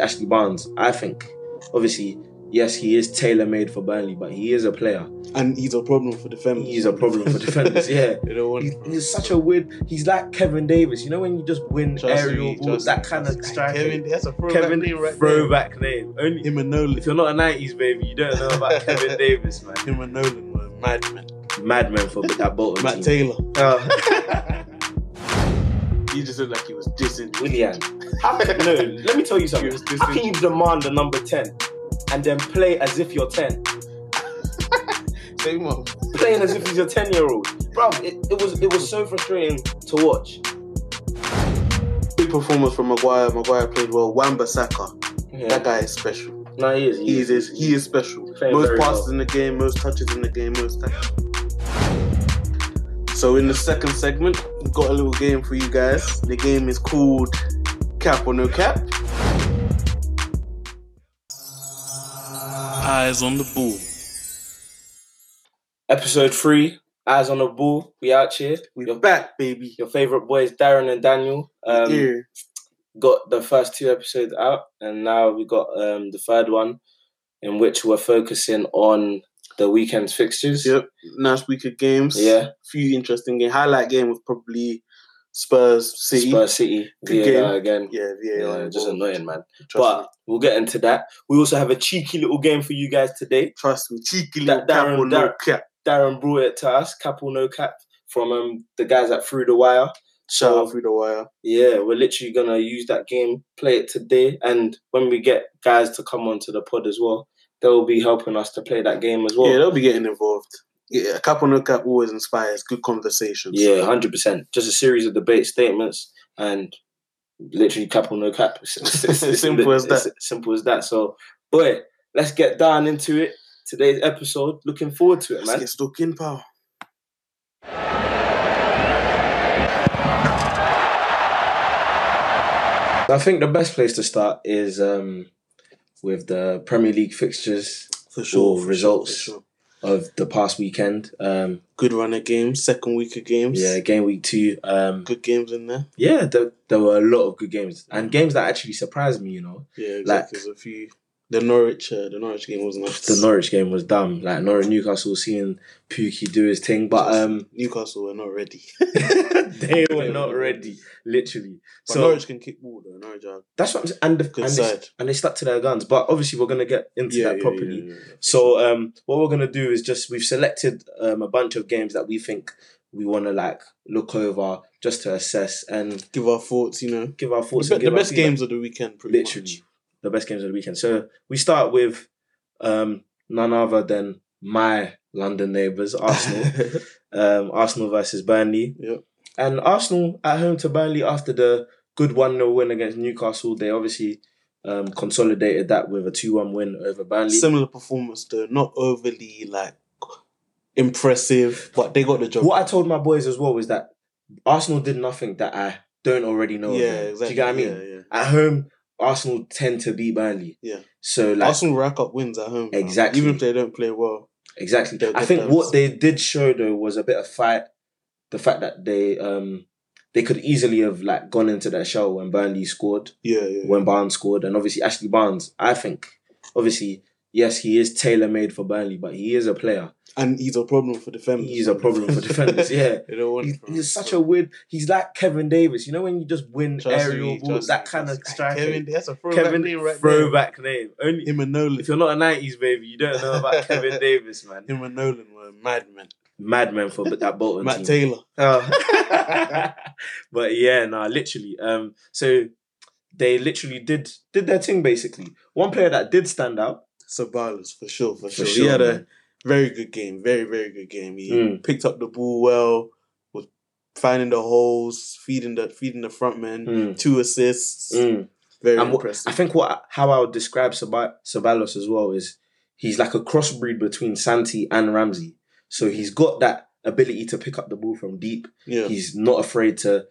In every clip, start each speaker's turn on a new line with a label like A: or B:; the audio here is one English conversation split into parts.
A: Ashley Barnes, I think, obviously, yes, he is tailor made for Burnley, but he is a player.
B: And he's a problem for defenders.
A: He's a problem for defenders. Yeah,
B: They don't want
A: he's,
B: him.
A: he's such a weird. He's like Kevin Davis. You know when you just win
B: Trust
A: aerial
B: me,
A: balls,
B: trust
A: that
B: me,
A: kind
B: trust
A: of
B: me.
A: striker. Kevin,
B: Kevin, that's a throwback
A: Kevin
B: name right
A: throwback name.
B: there.
A: Only
B: Him and Nolan.
A: if you're not a '90s baby, you don't know about Kevin Davis, man.
B: Him and Nolan were madmen.
A: Madman for that Bolton
B: Matt
A: team.
B: Taylor.
A: Uh,
B: He just looked like he was dissing.
A: Willian. How can- no, let me tell you something.
B: Yes, this
A: How
B: is-
A: can you demand a number 10 and then play as if you're 10?
B: Same one.
A: Playing as if he's a 10 year old. Bro, it, it was it was so frustrating to watch.
B: Big performance from Maguire. Maguire played well. Wamba Saka.
A: Yeah.
B: That guy is special.
A: No, he is.
B: He
A: He is.
B: is he is special.
A: Playing very
B: most passes
A: well.
B: in the game, most touches in the game, most tackles. So in the second segment, we've got a little game for you guys. The game is called Cap or No Cap.
C: Eyes on the ball.
A: Episode 3, Eyes on the Ball. We out here.
B: We're
A: Your,
B: back, baby.
A: your favourite boys, Darren and Daniel, um,
B: Here.
A: got the first two episodes out, and now we got um, the third one, in which we're focusing on the weekend's fixtures.
B: Yep. Nice week of games.
A: Yeah.
B: Few interesting game. Highlight game was probably Spurs City.
A: Spurs City,
B: Good
A: VAR again.
B: Yeah,
A: Yeah,
B: VAR.
A: just annoying, man.
B: Trust
A: but
B: me.
A: we'll get into that. We also have a cheeky little game for you guys today.
B: trust me,
A: Da-
B: cheeky little cap
A: Darren-
B: or no
A: Dar-
B: cap.
A: Darren brought it to us, cap or no cap, from um, the guys at Through the Wire.
B: Shout out through the wire.
A: Yeah, we're literally gonna use that game, play it today, and when we get guys to come onto the pod as well, they'll be helping us to play that game as well.
B: yeah, they'll be getting involved. Yeah, a cap or no cap always inspires good conversations.
A: Yeah, hundred percent. Just a series of debate statements and literally cap or no cap. It's- it's- it's- it's
B: Simple
A: lit-
B: as that.
A: it's Simple as that. So, boy, let's get down into it. Today's episode. Looking forward to it,
B: Let's
A: man.
B: get stuck in, pal.
A: I think the best place to start is um, with the Premier League fixtures
B: For
A: sure,
B: sure.
A: for results. sure, for of the past weekend. Um,
B: Good run of games, second week of games.
A: yeah, game week two. Um,
B: Good games in there.
A: yeah, there, there were a lot of good games and games that actually surprised me. You know,
B: Yeah,
A: Like-
B: exactly. There's a few. The Norwich, uh, the Norwich game was nice.
A: the Norwich game was dumb. Like Norwich Newcastle, seeing Pukki do his thing, but um,
B: Newcastle were not ready.
A: they were not ready, literally.
B: But
A: so
B: Norwich can kick ball though. Norwich are
A: that's what I'm saying. And, the,
B: good
A: and, they,
B: side.
A: and they stuck to their guns. But obviously, we're going to get into that properly. So, um, what we're going to do is just we've selected um, a bunch of games that we think we want to like look over just to assess and
B: Give our thoughts, you know.
A: give our thoughts.
B: The,
A: and
B: be- the
A: give our
B: best
A: feedback.
B: games of the weekend, pretty
A: literally
B: much.
A: the best games of the weekend. So, we start with um, none other than my London neighbours, Arsenal. um, Arsenal versus Burnley.
B: Yep.
A: And Arsenal at home to Burnley after the good 1 0 win against Newcastle, they obviously um, consolidated that with a 2 1 win over Burnley.
B: Similar performance though, not overly like impressive, but they got the job.
A: what I told my boys as well was that Arsenal did nothing that I don't already know. of
B: yeah,
A: them.
B: exactly.
A: Do you get what I mean?
B: Yeah, yeah.
A: At home, Arsenal tend to beat Burnley.
B: Yeah.
A: So, like,
B: Arsenal rack up wins at home. fam.
A: Exactly.
B: Even if they don't play well.
A: Exactly.
B: They'll
A: I
B: get
A: think
B: those.
A: what they did show though was a bit of fight. The fact that they um they could easily have like gone into that shell when Burnley scored,
B: Yeah, yeah.
A: when Barnes scored, and obviously Ashley Barnes. I think obviously yes he is tailor made for Burnley, but he is a player.
B: and he's a problem for defenders.
A: He's a problem for defenders. Yeah.
B: they don't want
A: He's,
B: him, fam.
A: he's such
B: So,
A: a weird. He's like Kevin Davis. You know when you just win
B: trust
A: aerial
B: me,
A: balls,
B: trust
A: that
B: me,
A: kind of
B: trust me.
A: striker.
B: Kevin,
A: Kevin,
B: that's a throwback name right there.
A: throwback name. Only
B: Him and Nolan.
A: if you're not a '90s baby, you don't know about Kevin Davis, man.
B: Him and Nolan were madmen.
A: Madman for that Bolton
B: Matt
A: team.
B: Taylor.
A: Oh. but yeah, nah, literally. Um, so they literally did did their thing basically. One player that did stand out.
B: Sabalas, for sure, for, sure.
A: sure,
B: He had
A: man.
B: a very good game, very, very good game. He
A: Mm.
B: picked up the ball well, was finding the holes, feeding the feeding the front man, two assists.
A: Mm.
B: Very
A: Hmm. And what- I
B: impressive.
A: think what how I would describe Saba- Sabalos as well is he's like a crossbreed between Santi and Ramsey. So he's got that ability to pick up the ball from deep.
B: yeah.
A: He's not afraid to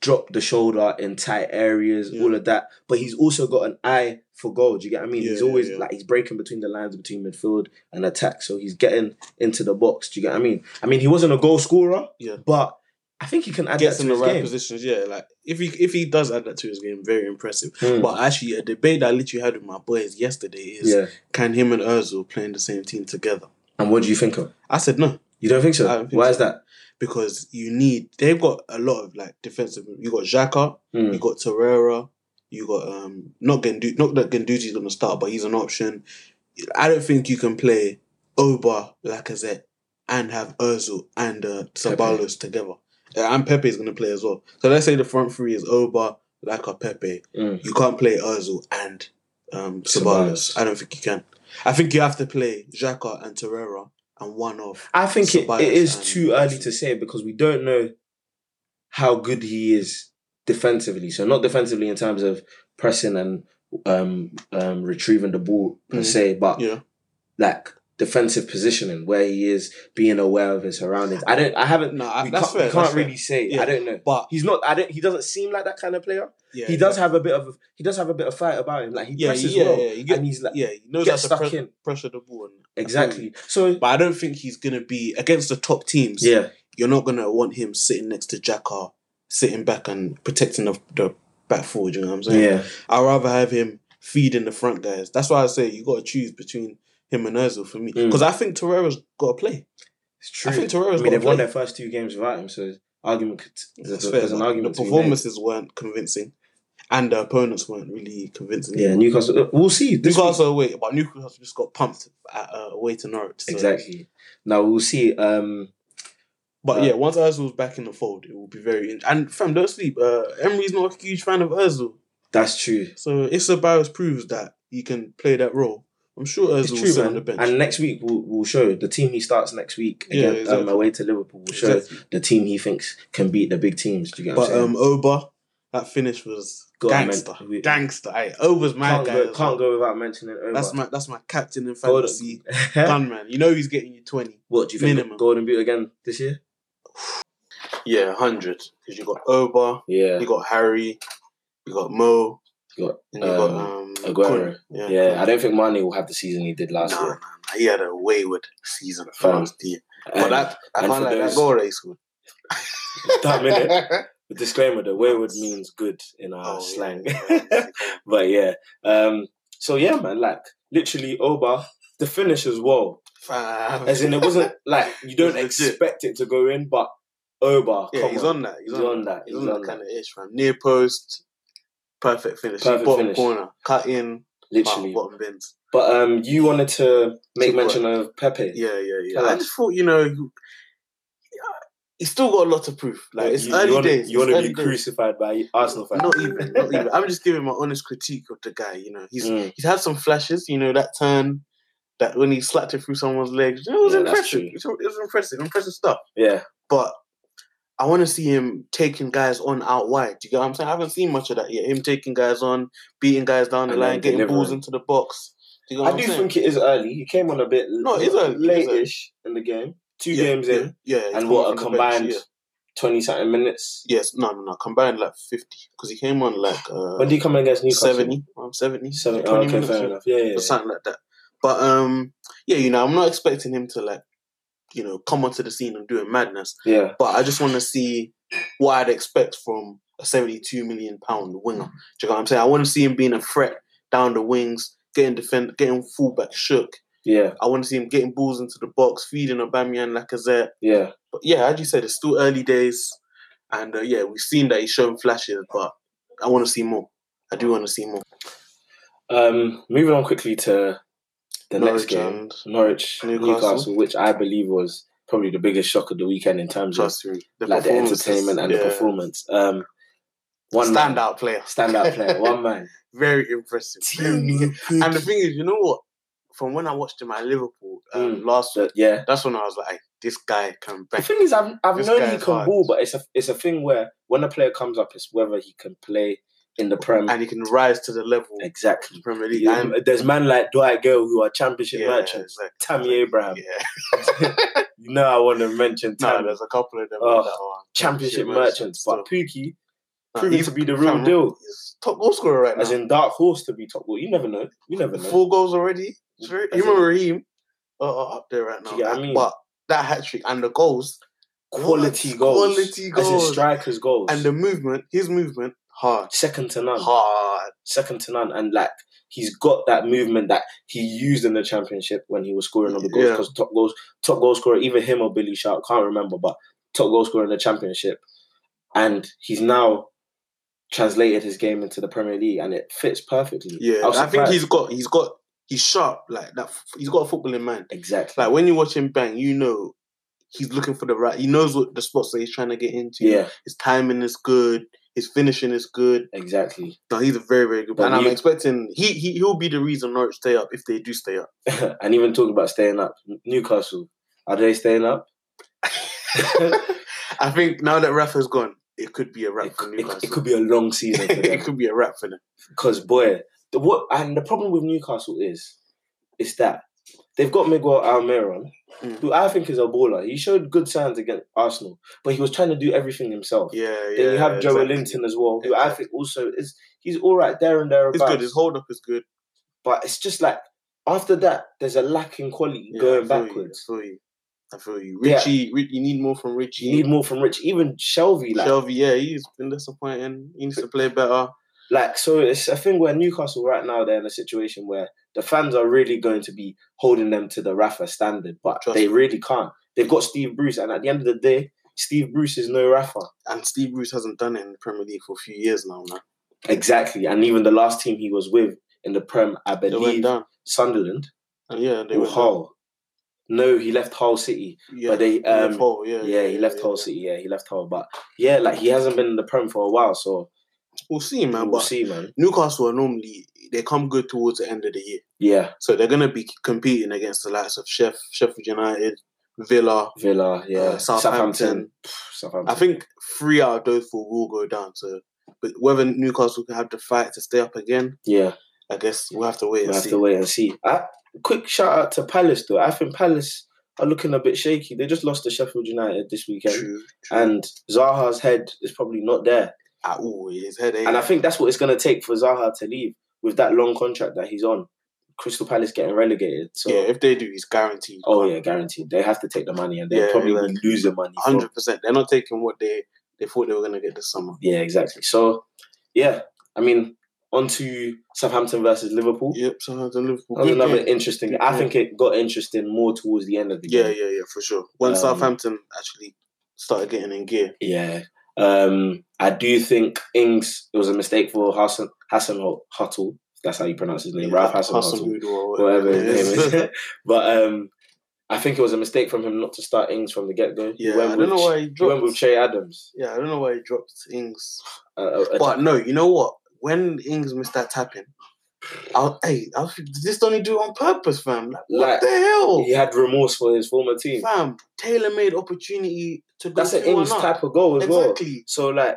A: drop the shoulder in tight areas,
B: Yeah.
A: all of that. But he's also got an eye for goal. Do you get what I mean?
B: Yeah,
A: he's
B: yeah,
A: always
B: yeah.
A: like he's breaking between the lines between midfield and attack. So he's getting into the box. Do you get what I mean? I mean he wasn't a goal scorer,
B: Yeah.
A: but I think he can add
B: Gets
A: that
B: in
A: to
B: the
A: his
B: right
A: game.
B: positions, yeah. Like if he if he does add that to his game, very impressive.
A: Mm.
B: But actually, a debate that I literally had with my boys yesterday is
A: Yeah.
B: can him and Özil play in the same team together?
A: And what do you think of?
B: I said no
A: You don't think so?
B: I don't think
A: Why
B: so.
A: is that?
B: because you need they've got a lot of like defensive. You got Xhaka,
A: Mm.
B: you got Torreira, you got um not Gendu not that Genduzi's gonna start, but he's an option. I don't think you can play Oba Lacazette and have Özil and uh, Sabalos together. Uh, and Pepe's gonna play as well. So let's say the front three is Oba, Laka, Pepe.
A: Mm.
B: You can't play Özil and um Sabalos.
A: Ceballos.
B: I don't think you can. I think you have to play Xhaka and Torreira and one off.
A: I think it,
B: Ceballos
A: it is
B: and-
A: too early to say because we don't know how good he is defensively. So not defensively in terms of pressing and um, um, retrieving the ball per
B: Mm.
A: se, but
B: Yeah.
A: like defensive positioning where he is being aware of his surroundings. I don't. I haven't.
B: No, I,
A: we
B: Uh, that's
A: can't,
B: fair.
A: we can't
B: that's fair.
A: really say.
B: Yeah.
A: I don't know.
B: But
A: He's not. I don't. He doesn't seem like that kind of player.
B: yeah,
A: he does have a bit of. He does have a bit of fight about him. Like he
B: Yeah,
A: presses
B: yeah,
A: well,
B: yeah, he get-
A: and he's like
B: yeah, he knows how
A: gets
B: to
A: stuck
B: pre-
A: in.
B: pressure the ball. And
A: Exactly. So
B: But I don't think he's gonna be against the top teams.
A: yeah,
B: You're not gonna want him sitting next to Jacka, sitting back and protecting the, the back forward. You know what I'm saying?
A: yeah,
B: I'd rather have him feeding the front guys. That's why I say you got to choose between him and Özil for me
A: Mm.
B: because I think Torreira's got to play.
A: it's true.
B: I think Torreira's
A: I mean,
B: got
A: they've
B: to
A: won
B: play.
A: their first two games without him, so argument could, there's,
B: That's
A: a-
B: fair,
A: there's an
B: but
A: argument.
B: The
A: to be made.
B: performances weren't convincing, and the opponents weren't really convincing.
A: Yeah, Newcastle. uh, We'll see. This week-
B: Newcastle away, but Newcastle just got pumped at, uh, away to Norwich. so-
A: exactly. Now we'll see. Um,
B: But
A: Uh,
B: yeah, once Özil's back in the fold, it will be very int- and fam, don't sleep. Uh, Emery's not a huge fan of Özil,
A: that's true.
B: so if Ceballos proves that he can play that role, I'm sure
A: It's
B: Özil will
A: true,
B: sit on the
A: man.
B: bench.
A: And next week we'll, we'll show the team he starts next week
B: Yeah,
A: again um,
B: exactly.
A: away to Liverpool. We'll show
B: Exactly.
A: the team he thinks can beat the big teams. Do you get what
B: But
A: I'm saying?
B: um, Oba, that finish was
A: Go on, man.
B: gangster,
A: We-
B: gangster. Aye, Oba's my
A: can't
B: guy.
A: go,
B: as
A: can't
B: well.
A: go without mentioning Omar.
B: That's my that's my captain in
A: Golden-
B: fantasy. Gunman, you know he's getting you twenty.
A: what do you think?
B: Minimum.
A: Golden Boot again this year?
B: Yeah, hundred because you got Oba,
A: Yeah,
B: you got Harry, you got Mo,
A: You got,
B: and you got
A: um,
B: um
A: Aguero.
B: Kun.
A: yeah. I don't think Mane will have the season he did last
B: Nah, nah,
A: year.
B: nah. He had a wayward season
A: Fam.
B: first year.
A: Um,
B: But that, I
A: and
B: can't
A: for
B: like that
A: those-
B: goal race good.
A: that minute. The disclaimer: the wayward means good in our
B: Oh,
A: slang.
B: yeah.
A: but yeah, um, so yeah, man, like literally Oba, the finish as well.
B: Fam.
A: As in, it wasn't like you don't
B: It was legit.
A: expect it to go in, but Oba,
B: Yeah,
A: come
B: he's
A: on.
B: on that. He's,
A: He's on that.
B: He's
A: He's
B: on that
A: on
B: kind of ish, man. Near post, perfect finish.
A: Perfect
B: bottom
A: finish.
B: corner, cut in,
A: literally.
B: bottom, bottom bins.
A: But um, you wanted to make
B: Keep going.
A: mention of Pepe.
B: Yeah, yeah, yeah.
A: Tell
B: I
A: us.
B: just thought, you know, you- he's still got a lot of proof. Like, it's early
A: wanna,
B: days.
A: You want to
B: it's early
A: be
B: days.
A: crucified by Arsenal fans?
B: Not even, not even. I'm just giving my honest critique of the guy. You know, he's
A: Mm.
B: he's had some flashes. You know that turn, that when he slapped it through someone's legs. It was
A: Yeah, that's
B: impressive.
A: true.
B: It was, it was impressive, impressive stuff.
A: Yeah,
B: But I want to see him taking guys on out wide. Do you get what I'm saying? I haven't seen much of that yet. Him taking guys on, beating guys down the
A: And then
B: line, getting balls
A: delivering.
B: into the box. Do you get what
A: I
B: I'm
A: do
B: saying?
A: think it is early. He came on a bit
B: No, it is early, it is early.
A: late-ish in the game. Two
B: Yeah,
A: games
B: yeah,
A: in,
B: yeah, he's
A: and what a
B: coming from the bench,
A: combined
B: yeah.
A: twenty-something minutes.
B: Yes, no, no, no. Combined like fifty because he came on like uh,
A: When did he come against Newcastle?
B: seventy, around seventy,
A: Seven.
B: 20
A: Oh, okay,
B: minutes,
A: fair
B: yeah.
A: enough. Yeah, yeah.
B: or something like that. But um, yeah, you know, I'm not expecting him to like, you know, come onto the scene and doing madness.
A: yeah. yeah.
B: But I just want to see what I'd expect from a 72 million pound winger. Do you know what I'm saying? I want to see him being a threat down the wings, getting defend, getting fullback shook.
A: Yeah,
B: I want to see him getting balls into the box, feeding Aubameyang, Lacazette.
A: yeah,
B: But yeah, as you said, it's still early days, and uh, yeah, we've seen that he's shown flashes, but I want to see more. I do want to see more.
A: Um, moving on quickly to the next
B: Norwich
A: game,
B: and
A: Norwich
B: Newcastle.
A: Newcastle. which I believe was probably the biggest shock of the weekend in terms of
B: Trust me, the
A: like the
B: performances,
A: entertainment and the
B: yeah.
A: performance. Um, one man,
B: standout player.
A: standout player, one man.
B: Very impressive. Very- and the thing is, you know what? From when I watched him at Liverpool um, last week,
A: But, yeah.
B: that's when I was like, "Hey, this guy can
A: Mm. The
B: bang.
A: thing is, I've, I've
B: This
A: known
B: guy
A: he
B: is
A: can
B: hard.
A: ball, but it's a it's a thing where when a player comes up, it's whether he can play in the Prem.
B: And he can rise to the level of the
A: exactly.
B: Premier League.
A: Yeah,
B: And,
A: There's man like Dwight Gill who are championship
B: yeah,
A: merchants.
B: exactly.
A: Tammy Abraham.
B: Yeah.
A: You know I want to mention
B: No,
A: Tammy.
B: there's a couple of them
A: Oh,
B: that are
A: championship merchants, but Pookie
B: Nah,
A: proving
B: he's-
A: to be the real
B: fam,
A: deal.
B: He's top goal scorer right
A: As
B: now.
A: in dark horse to be top. Well, you never know. You never know.
B: Four goals already.
A: As
B: Him
A: in-
B: and Raheem are are Uh, up there right
A: Do
B: now.
A: you get what I mean?
B: But that hat trick and the goals,
A: quality goals
B: Quality
A: as
B: goals.
A: a striker's goals.
B: and the movement, his movement, hard,
A: second to none.
B: hard.
A: Second to none. And like he's got that movement that he used in the championship when he was scoring all the goals
B: Yeah.
A: because top goals top goal scorer, either him or Billy Sharp, can't remember, but top goal scorer in the championship. And he's now translated his game into the Premier League and it fits perfectly.
B: Yeah,
A: was
B: I think
A: surprised.
B: he's got, he's got, he's sharp like that. f- He's got a footballing mind.
A: exactly
B: Like when you watch him bang, you know he's looking for the right. He knows what the spots that he's trying to get into.
A: yeah,
B: His timing is good. His finishing is good.
A: exactly.
B: No, he's a very, very
A: But
B: good. player. And I'm
A: you-
B: expecting he, he he'll be the reason Norwich stay up if they do stay up.
A: and even talking about staying up, Newcastle, are they staying up?
B: I think now that Rafa's gone, it could be a wrap
A: It,
B: for
A: it,
B: Newcastle.
A: it could be a long season for them.
B: it could be a wrap for them.
A: Because boy, the what and the problem with Newcastle is, is that they've got Miguel Almiron,
B: Mm.
A: who I think is a baller. He showed good signs against Arsenal, but he was trying to do everything himself.
B: Yeah, yeah.
A: then you have Joe
B: exactly.
A: Linton as well, who I
B: Exactly.
A: think also is he's all right there and there.
B: It's good. His hold up is good.
A: but it's just like after that, there's a lack in quality
B: Yeah,
A: going
B: I feel you,
A: backwards.
B: I feel you. I feel you.
A: Yeah.
B: Richie, Ri- you need more from Richie.
A: You need more from Rich, even Shelby. Like,
B: Shelby, yeah, he's been disappointing. He needs to play better.
A: like so, it's a thing where Newcastle right now they're in a situation where the fans are really going to be holding them to the Rafa standard, but
B: Trust
A: they
B: me.
A: really can't. They've got Steve Bruce, and at the end of the day, Steve Bruce is no Rafa.
B: And Steve Bruce hasn't done it in the Premier League for a few years now. Man.
A: Exactly, and even the last team he was with in the Prem, I
B: They went
A: believe,
B: down.
A: Sunderland
B: And yeah, they
A: or
B: went down.
A: Hull. No, he left Hull City.
B: Yeah,
A: but they,
B: he left
A: um,
B: Hull, yeah,
A: Yeah, he left
B: yeah,
A: Hull
B: yeah.
A: City. Yeah, he left Hull. But yeah, like he hasn't been in the Prem for a while, so
B: We'll see, man.
A: we'll
B: but
A: see, man.
B: Newcastle are normally they come good towards the end of the year,
A: Yeah,
B: so they're gonna be competing against the likes of Chef, Sheffield United, Villa,
A: Villa. Yeah,
B: uh, Southampton.
A: Southampton.
B: I think three out of those four will go down. So, but whether Newcastle can have the fight to stay up again,
A: yeah.
B: I guess we'll have to wait and
A: We'll have
B: see.
A: to wait and see. I, quick shout out to Palace though. I think Palace are looking a bit shaky. They just lost to Sheffield United this weekend,
B: True, true.
A: and Zaha's head is probably not there.
B: at all, his headache.
A: And I think that's what it's going to take for Zaha to leave with that long contract that he's on. Crystal Palace getting relegated, so
B: yeah, if they do, he's guaranteed.
A: oh yeah, guaranteed. They have to take the money, and they'll
B: Yeah,
A: probably
B: like-
A: lose the money. from-
B: hundred percent. They're not taking what they they thought they were gonna get this summer.
A: yeah, exactly. So yeah, I mean, on to Southampton versus Liverpool.
B: Yep, Southampton, Liverpool.
A: That was
B: Good
A: another
B: game.
A: interesting.
B: Good
A: I
B: game.
A: think it got interesting more towards the end of the game.
B: Yeah, yeah, yeah, for sure. When
A: Um,
B: Southampton actually started getting in gear,
A: Yeah. Um, I do think Ings, it was a mistake for Hassan, Hassan Huttle. That's how you pronounce his name, Ralph Hassan Huttle,
B: Hoodoo or
A: whatever his
B: it
A: name is. but um, I think it was a mistake from him not to start Ings from the get go.
B: yeah, I don't know why he
A: He went
B: dropped.
A: with Che Adams.
B: yeah, I don't know why he dropped Ings.
A: Uh, uh,
B: But no, you know what? When Ings missed that tapping, I'll, hey, I'll, did this only do it on purpose, fam? Like, what
A: Like,
B: the hell,
A: he had remorse for his former team.
B: fam? Taylor made opportunity to go
A: That's an
B: 2-1
A: Ings
B: up.
A: type of goal as well.
B: exactly.
A: So, like,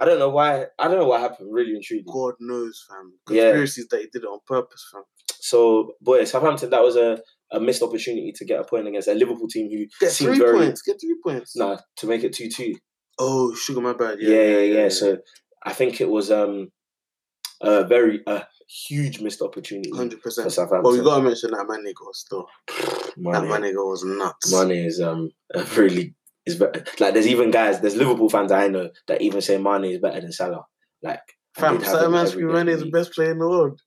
A: I don't know why. I don't know what happened. Really intriguing.
B: God knows, fam.
A: Yeah.
B: Conspiracies that he did it on purpose, fam.
A: So, boy, Southampton, that was a, a missed opportunity to get a point against a Liverpool team who
B: Get
A: seemed
B: three
A: very
B: points. Get three points.
A: No, to make it two two.
B: Oh, sugar, my bad.
A: Yeah yeah yeah, So I think it was um a very a huge missed opportunity
B: hundred
A: for
B: percent.
A: Southampton.
B: But we gotta mention that Mane goal still. That
A: money.
B: Mane goal was nuts.
A: Money is um a really is better. like there's even guys there's Liverpool fans I know that even say Mane is better than Salah. Like I
B: Fam,
A: did have him
B: Sadio
A: every
B: Mane Screen
A: day
B: Mane
A: of the
B: is the
A: week.
B: best player in the world.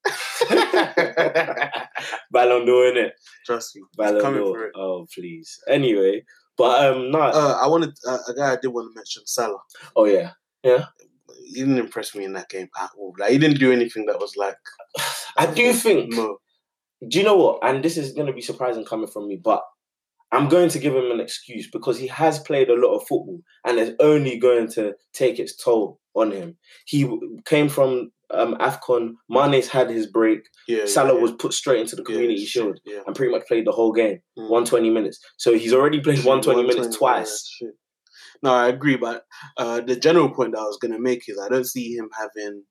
A: Ballon d'Or innit?
B: Trust me. He's
A: Ballon
B: coming
A: d'Or.
B: for it.
A: Oh please. Anyway, but um no.
B: Uh, I wanted uh, a guy I did want to mention Salah.
A: oh yeah.
B: He didn't impress me in that game at all. Like he didn't do anything that was like um,
A: I do think
B: no.
A: do you know what? And this is going to be surprising coming from me, but I'm going to give him an excuse because he has played a lot of football and it's only going to take its toll on him. He w- came from um, AFCON, Mane's had his break,
B: Yeah,
A: Salah
B: yeah,
A: was put straight into the
B: yeah,
A: community
B: shit,
A: shield
B: Yeah.
A: and pretty much played the whole game,
B: Mm.
A: 120 minutes. So he's already played 120 minutes
B: 120, yeah,
A: twice.
B: shit. No, I agree, but uh, the general point that I was going to make is I don't see him having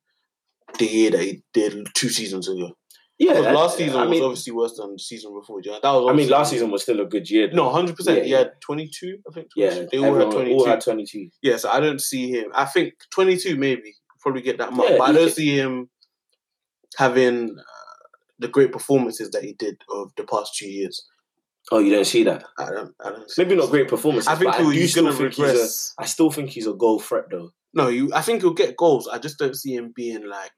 B: the year that he did two seasons ago.
A: Yeah,
B: 'Cause
A: that-
B: last season
A: I mean,
B: was obviously worse than the season before. do you know? That was
A: I mean,
B: obviously-
A: last season was still a good year. though.
B: No, hundred percent.
A: Yeah,
B: Yeah, twenty two. I think. 22.
A: yeah,
B: they all had
A: everyone-
B: twenty
A: all
B: two.
A: had 22.
B: Yeah, so I don't see him. I think twenty two maybe probably get that mark,
A: Yeah,
B: but I
A: he
B: don't
A: can-
B: see him having uh, the great performances that he did of the past two years.
A: Oh, you don't see that?
B: I don't. I don't. See
A: Maybe not great performances.
B: I think
A: but
B: he'll,
A: I do
B: he's
A: still
B: gonna
A: think he's
B: regress.
A: a. I still think he's a goal threat though.
B: No, you. I think he'll get goals. I just don't see him being like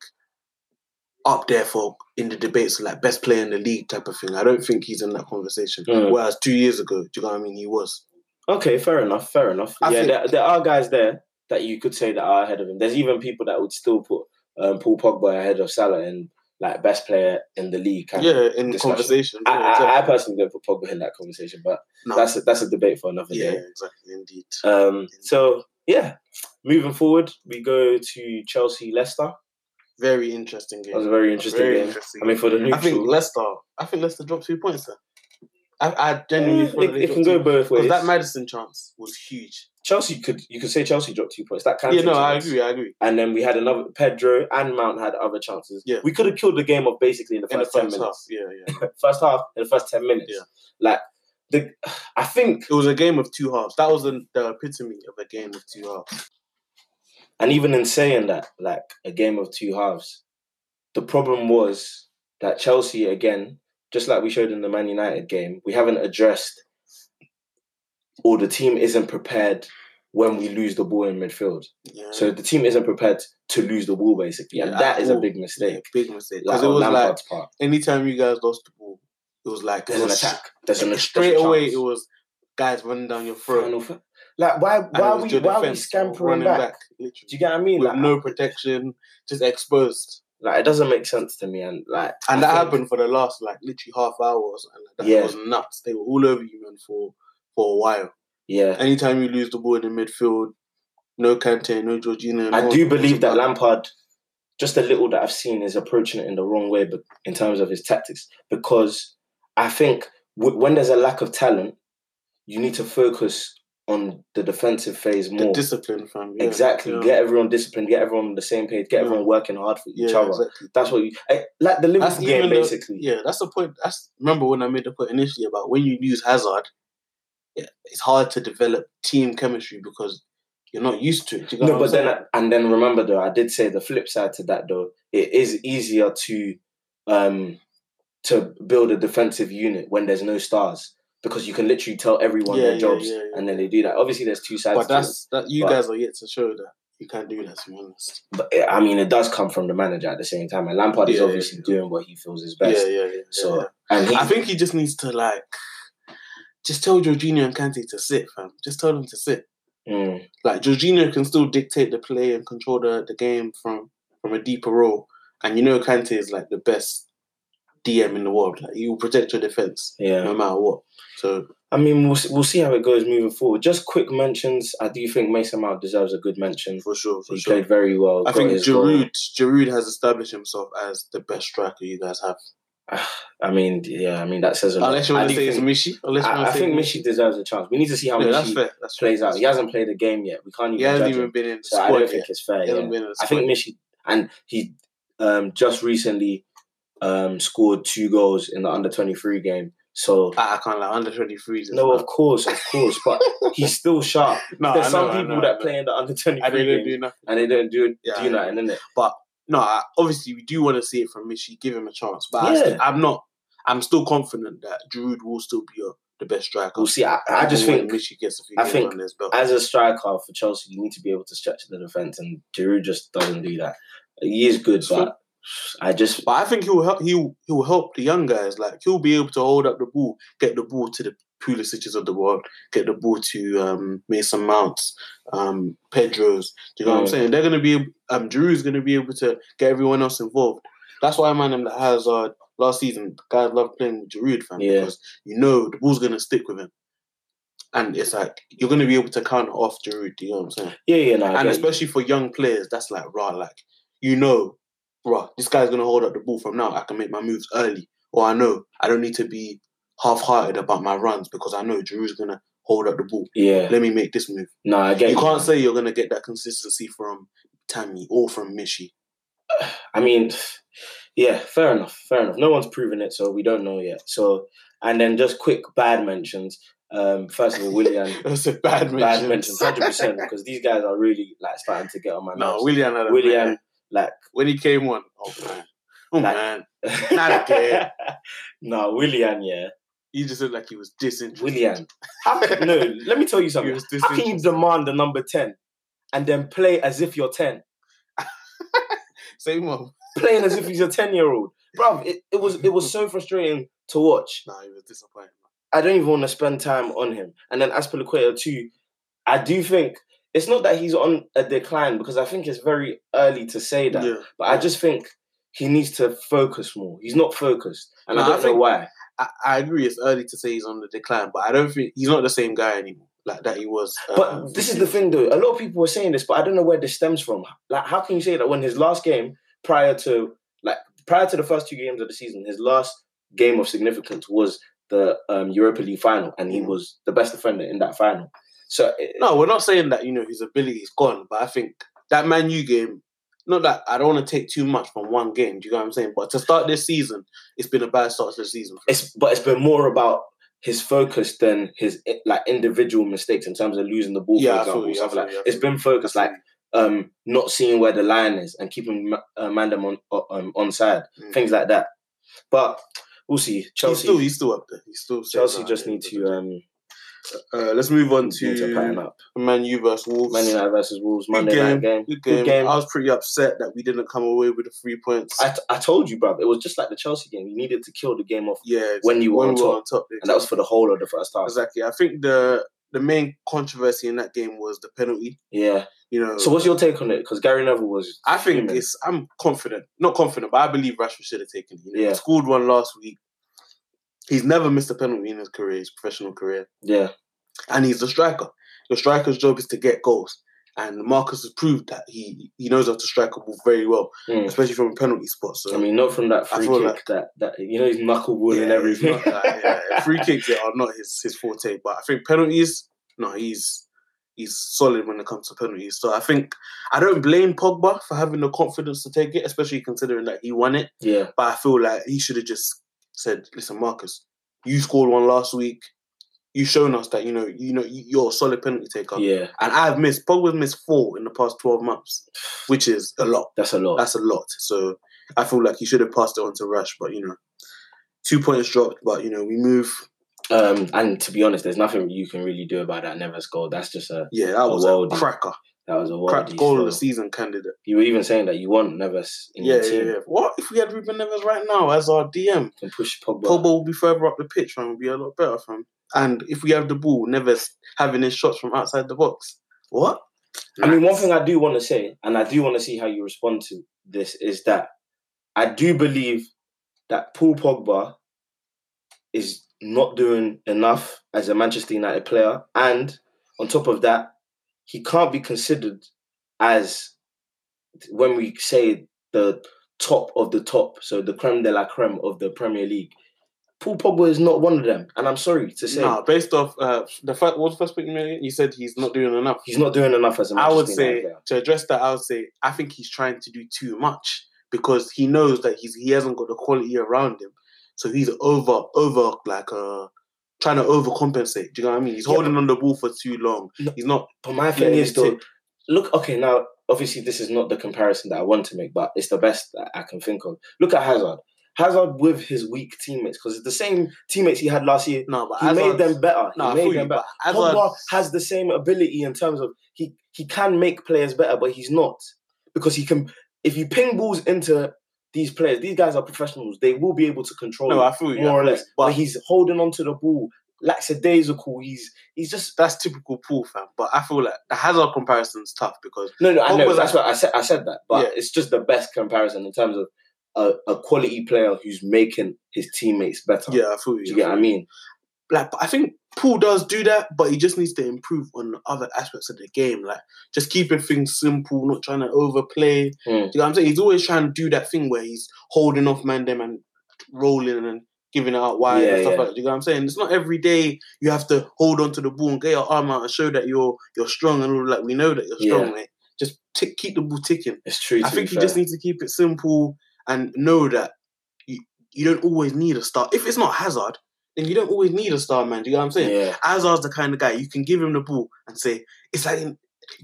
B: up there for in the debates like best player in the league type of thing. I don't think he's in that conversation.
A: Mm.
B: Whereas two years ago, do you know what I mean? He was.
A: Okay, fair enough. Fair enough.
B: I
A: yeah,
B: think-
A: there, there are guys there that you could say that are ahead of him. There's even people that would still put um, Paul Pogba ahead of Salah and like best player in the league. Kind Of.
B: Yeah, in
A: discussion.
B: conversation.
A: I,
B: Yeah,
A: I, I
B: exactly.
A: personally don't put Pogba in that conversation, but
B: No.
A: that's a, that's a debate for another
B: yeah,
A: day.
B: exactly. Indeed.
A: Um, so yeah, moving forward, we go to Chelsea Leicester.
B: Very interesting game.
A: That was a very interesting
B: Very
A: game.
B: interesting
A: I mean, for the
B: I think
A: neutral,
B: Leicester. I think Leicester dropped two points there. I, I
A: eh,
B: genuinely thought that
A: it,
B: they
A: it
B: dropped
A: can go both
B: because
A: ways.
B: that Madison chance was huge.
A: Chelsea could you could say Chelsea dropped two points. That can
B: yeah, no, I agree. I agree.
A: And then we had another Pedro and Mount had other chances.
B: Yeah.
A: We could have killed the game off basically in the
B: In the
A: first ten
B: first half,
A: minutes.
B: yeah, yeah.
A: First half in the first ten minutes.
B: Yeah.
A: Like the I think
B: It was a game of two halves. That was the, the epitome of a game of two halves.
A: and even in saying that, like a game of two halves, the problem was that Chelsea again, just like we showed in the Man United game, we haven't addressed or the team isn't prepared when we lose the ball in midfield.
B: Yeah.
A: So the team isn't prepared to lose the ball basically. And
B: Mm. Yeah,
A: that
B: at
A: is a
B: all.
A: big
B: yeah,
A: mistake.
B: big mistake.
A: Like,
B: Because it
A: on
B: was like
A: Lampard's part.
B: anytime you guys lost the ball, it was like
A: There's
B: it
A: an
B: was
A: attack. There's an
B: Straight away, it was guys running down your throat.
A: Final fa- Like why
B: and
A: why
B: it
A: are
B: was
A: we
B: your
A: why are we
B: defense
A: scampering
B: running
A: back?
B: literally,
A: Do you get what I mean?
B: with
A: Like,
B: no protection, just exposed.
A: like it doesn't make sense to me and like
B: And
A: I
B: that
A: think-
B: happened for the last like literally half hours, and that
A: Yeah.
B: was nuts. They were all over you, man, for for a while.
A: Yeah.
B: Anytime you lose the ball in the midfield, no Kante, no Jorginho.
A: I
B: no
A: do
B: one-
A: believe that Lampard just a little that I've seen is approaching it in the wrong way but in terms of his tactics because I think w- when there's a lack of talent you need to focus on the defensive phase
B: the
A: more.
B: discipline, fam. yeah,
A: exactly.
B: yeah.
A: Get everyone disciplined, get everyone on the same page, get
B: Yeah.
A: everyone working hard for each
B: Yeah,
A: other.
B: exactly.
A: That's what you eh, like the Liverpool
B: That's
A: game
B: even the-
A: basically.
B: Yeah, that's the point. That's remember when I made the point initially about when you use Hazard, yeah, it's hard to develop team chemistry because you're not used to it. Do You
A: No, but
B: i
A: then and then remember though, I did say the flip side to that though, it is easier to um to build a defensive unit when there's no stars because you can literally tell everyone
B: Yeah,
A: their
B: yeah,
A: jobs
B: yeah, yeah.
A: and then they do that. Obviously, there's two sides.
B: but
A: to it,
B: that's that. You
A: but-
B: guys are yet to show that you can do that. To be honest.
A: but eh, I mean, it does come from the manager at the same time, and Lampard is
B: Yeah, yeah,
A: obviously doing what he feels is
B: Yeah,
A: best.
B: yeah, yeah.
A: so
B: yeah.
A: and he,
B: I think he just needs to like just tell Jorginho and Kante to sit, fam. Just tell them to sit.
A: Mm,
B: Like Jorginho can still dictate the play and control the, the game from from a deeper role. And you know Kante is like the best DM in the world. Like he will protect your defense
A: yeah.
B: no matter what. So
A: I mean, we'll s- we'll see how it goes moving forward. Just quick mentions. I do think Mason Mount deserves a good mention.
B: for sure, for
A: He
B: sure.
A: played very well.
B: I
A: got
B: think
A: his goal.
B: Giroud Giroud has established himself as the best striker you guys have.
A: I mean, yeah, I mean that says a lot.
B: Unless you want
A: I
B: to
A: do
B: say it's
A: think,
B: Mishi. Unless you
A: I,
B: want
A: I
B: to say
A: think
B: Mishi.
A: Mishi deserves a chance. We need to see how
B: No, that's
A: Mishi
B: fair. That's fair.
A: plays out.
B: That's
A: He hasn't played a game yet. We can't
B: fair.
A: even
B: He hasn't
A: judge
B: even
A: him.
B: been in the
A: So I don't
B: squad
A: think
B: yet.
A: it's fair.
B: He hasn't
A: Yeah.
B: been in the
A: I
B: squad.
A: think Mishi and he um, just recently um, scored two goals in the under twenty three game. So
B: Ah, I can't lie. Under twenty three.
A: no, of course, of course, but he's still sharp.
B: no,
A: There's
B: I
A: some
B: know, I
A: people
B: know, I
A: that
B: know.
A: play in the under twenty
B: I
A: three
B: didn't
A: game
B: do nothing.
A: and they don't do
B: Yeah, I
A: do
B: know.
A: nothing, innit?
B: No, I, obviously we do want to see it from Mishi. Give him a chance, but I
A: Yeah.
B: still, I'm not. I'm still confident that Giroud will still be your, the best striker.
A: We'll see. I, I just
B: Even
A: think
B: when Mishi gets a few
A: I
B: games
A: think
B: under his belt.
A: as a striker for Chelsea, you need to be able to stretch the defense, and Giroud just doesn't do that. He is good,
B: It's
A: but I just
B: But I think he'll help. He'll he'll help the young guys. Like he'll be able to hold up the ball, get the ball to the Pulisic's of the world, get the ball to um, Mason Mounts, um, Pedro's. Do you know what I'm
A: Mm.
B: saying? They're gonna be. Um, Drew's gonna be able to get everyone else involved. That's why I mind him that Hazard last season. Guys love playing with Giroud, fam,
A: Yeah.
B: because you know the ball's gonna stick with him, and it's like you're gonna be able to counter off Giroud. Do you know what I'm saying?
A: yeah, yeah, no, I
B: and
A: get you.
B: especially for young players, that's like rah, like you know, rah, this guy's gonna hold up the ball from now. I can make my moves early, or I know I don't need to be half-hearted about my runs because I know Drew's gonna hold up the ball.
A: yeah,
B: Let me make this move.
A: no, I get
B: You
A: you.
B: can't say you're gonna get that consistency from Tammy or from Mishi.
A: I mean, yeah, fair enough, fair enough. No one's proven it, so we don't know yet. So, and then just quick bad mentions. Um, first of all, William.
B: That's a bad mention.
A: Bad mentions, hundred percent, because these guys are really like starting to get on my
B: No,
A: nerves.
B: William. had a
A: Willian,
B: man.
A: like,
B: when he came on, oh man, oh
A: Like-
B: man, Not again.
A: no, Willian, yeah,
B: He just looked like he was disinterested.
A: Willian. How can- no, let me tell you
B: He
A: something.
B: was
A: How can you
B: disinterested.
A: demand the number 10 and then play as if you're 10?
B: Same one.
A: Playing as if he's a 10 year old. Bruv, it, it, was, it was so frustrating to watch.
B: Nah, he was disappointed.
A: I don't even want to spend time on him. And then Aspilicueta too. I do think it's not that he's on a decline because I think it's very early to say that.
B: Yeah.
A: But I just think he needs to focus more. He's not focused, and
B: No,
A: I
B: I
A: don't know
B: think-
A: why.
B: I, I agree. It's early to say he's on the decline, but I don't think he's not the same guy anymore. Like that he was. um,
A: But this is the thing, though. A lot of people were saying this, but I don't know where this stems from. Like, how can you say that when his last game prior to like prior to the first two games of the season, his last game of significance was the um, Europa League final, and he
B: Mhm.
A: was the best defender in that final. So it,
B: No, we're not saying that you know his ability is gone, but I think that Man U game. Not that I don't want to take too much from one game. Do you know what I'm saying? But to start this season, it's been a bad start to the season. for
A: it's but it's been more about his focus than his eh, like individual mistakes in terms of losing the ball,
B: Yeah,
A: for
B: I feel
A: example.
B: you, I
A: stuff
B: feel
A: like
B: you, I
A: it's
B: feel
A: been focused like.
B: him.
A: um, not seeing where the line is and keeping Ma- uh, Mandem on uh, um, on side,
B: Mm.
A: things like that. But we'll see.
B: he's
A: Chelsea,
B: still he's still up there. He's still
A: Chelsea just need to um,
B: Uh, let's move on
A: need to pattern
B: to
A: up.
B: Man U versus Wolves.
A: Man United versus Wolves
B: Good
A: Monday night game.
B: Good game.
A: Good
B: Ah. I
A: game.
B: was pretty upset that we didn't come away with the three points.
A: I, t- I told you, bruv, it was just like the Chelsea game. You needed to kill the game off,
B: yeah, it's-
A: when you were on
B: we
A: top. and that
B: exactly.
A: was for the whole of the first half.
B: exactly. I think the the main controversy in that game was the penalty.
A: Yeah.
B: You know,
A: So what's your take on it? Because Gary Neville was.
B: I think
A: fuming.
B: it's. I'm confident, not confident, but I believe Rashford should have taken. it. You know,
A: Yeah.
B: He scored one last week. He's never missed a penalty in his career, his professional career.
A: yeah,
B: and he's the striker. The striker's job is to get goals, and Marcus has proved that he he knows how to strike a ball very well,
A: Mm.
B: especially from a penalty spot. So
A: I mean, not from that
B: I
A: free
B: feel
A: kick
B: like-
A: that that you know he's knuckleball
B: yeah,
A: and
B: he's
A: everything.
B: not that- yeah, yeah. free kicks yeah, are not his his forte, but I think penalties. No, he's he's solid when it comes to penalties. So I think I don't blame Pogba for having the confidence to take it, especially considering that he won it.
A: yeah,
B: But I feel like he should have just said, "Listen, Marcus, you scored one last week." You've shown us that you know you know you- you're a solid penalty taker.
A: yeah,
B: And I've missed, Pogba's missed four in the past 12 months, which is a lot.
A: that's a lot.
B: That's a lot. So I feel like he should have passed it on to Rush, but you know, two points dropped, but you know, we move.
A: Um, and to be honest, there's nothing you can really do about that Never's goal. That's just a
B: Yeah, that was
A: worldie.
B: a cracker.
A: that was a
B: Cracked
A: worldie.
B: goal of the
A: So
B: season candidate.
A: You were even saying that you want Neves in
B: Yeah,
A: your
B: yeah,
A: team
B: yeah. What if we had Ruben Neves right now as our DM?
A: and push Pogba.
B: Pogba will be further up the pitch, man. Would be a lot better, fam. And if we have the ball, Neves having his shots from outside the box. What?
A: I mean, one thing I do want to say, and I do want to see how you respond to this, is that I do believe that Paul Pogba is not doing enough as a Manchester United player, and on top of that, he can't be considered as when we say the top of the top, so the creme de la creme of the Premier League. Paul Pogba is not one of them, and I'm sorry to say
B: No, based off uh, the fact, what was the first point you made? You said he's not doing enough.
A: he's not doing enough as a
B: I
A: Manchester
B: would
A: United
B: say
A: player.
B: to address that, I would say I think he's trying to do too much because he knows that he's he hasn't got the quality around him, so he's over over like uh trying to overcompensate. Do you know what I mean? He's
A: Yeah,
B: holding on the ball for too long.
A: No.
B: He's not.
A: But my thing
B: letting
A: is
B: it
A: though,
B: sit.
A: look okay now obviously this is not the comparison that i want to make but it's the best that i can think of look at hazard hazard with his weak teammates because it's the same teammates he had last year
B: no, but
A: he
B: Hazard,
A: made them better
B: No, I
A: he
B: feel
A: made
B: you,
A: them better
B: but Hazard,
A: Pogba has the same ability in terms of he he can make players better but he's not because he can if you ping balls into these players these guys are professionals they will be able to control
B: no,
A: it,
B: I feel you, I
A: more or
B: feel you,
A: less but,
B: But
A: he's holding on to the ball lackadaisical he's he's just
B: that's typical Paul fan. But I feel like the Hazard comparison's tough because
A: No, no, I
B: What
A: know.
B: was
A: That's
B: that?
A: what I said. I said that, but
B: Yeah.
A: it's just the best comparison in terms of a, a quality player who's making his teammates better.
B: yeah, I feel
A: do you
B: you. I feel
A: get what I mean?
B: like but I think Paul does do that, but he just needs to improve on the other aspects of the game, like just keeping things simple, not trying to overplay.
A: Hmm.
B: Do you know what I'm saying? He's always trying to do that thing where he's holding off man them and rolling and giving it out wide
A: Yeah,
B: and stuff
A: yeah.
B: like that. Do you know what I'm saying? It's not every day you have to hold on to the ball and get your arm out and show that you're you're strong and all that. We know that you're strong, mate. Just tick, keep the ball ticking.
A: It's true. To
B: I think
A: be
B: you just
A: fair.
B: need to keep it simple and know that you, you don't always need a star. If it's not Hazard, then you don't always need a star, man. Do you know what I'm saying?
A: Yeah,
B: Hazard's the kind of guy you can give him the ball and say, "It's like,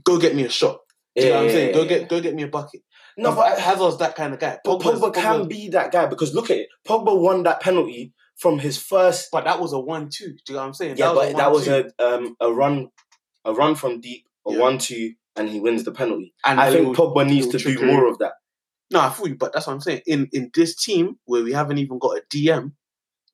B: go get me a shot."
A: yeah,
B: Do you know what I'm
A: yeah,
B: saying?
A: yeah,
B: go
A: yeah.
B: get, go get me a bucket.
A: no, but
B: Hazard's that kind of guy.
A: But Pogba,
B: Pogba's-
A: can
B: Pogba's-
A: be that guy because look at it. Pogba won that penalty
C: from his first.
B: But that was a one-two. Do you know what I'm saying?
A: Yeah,
B: was
A: but that was
B: one-two.
A: a um, a run, a run from deep, a
B: Yeah.
A: one-two, and he wins the penalty.
B: And
A: I
B: little-
A: think Pogba needs to do
B: trickery.
A: more of that.
B: No, I feel you, but that's what I'm saying. In in this team where we haven't even got a DM,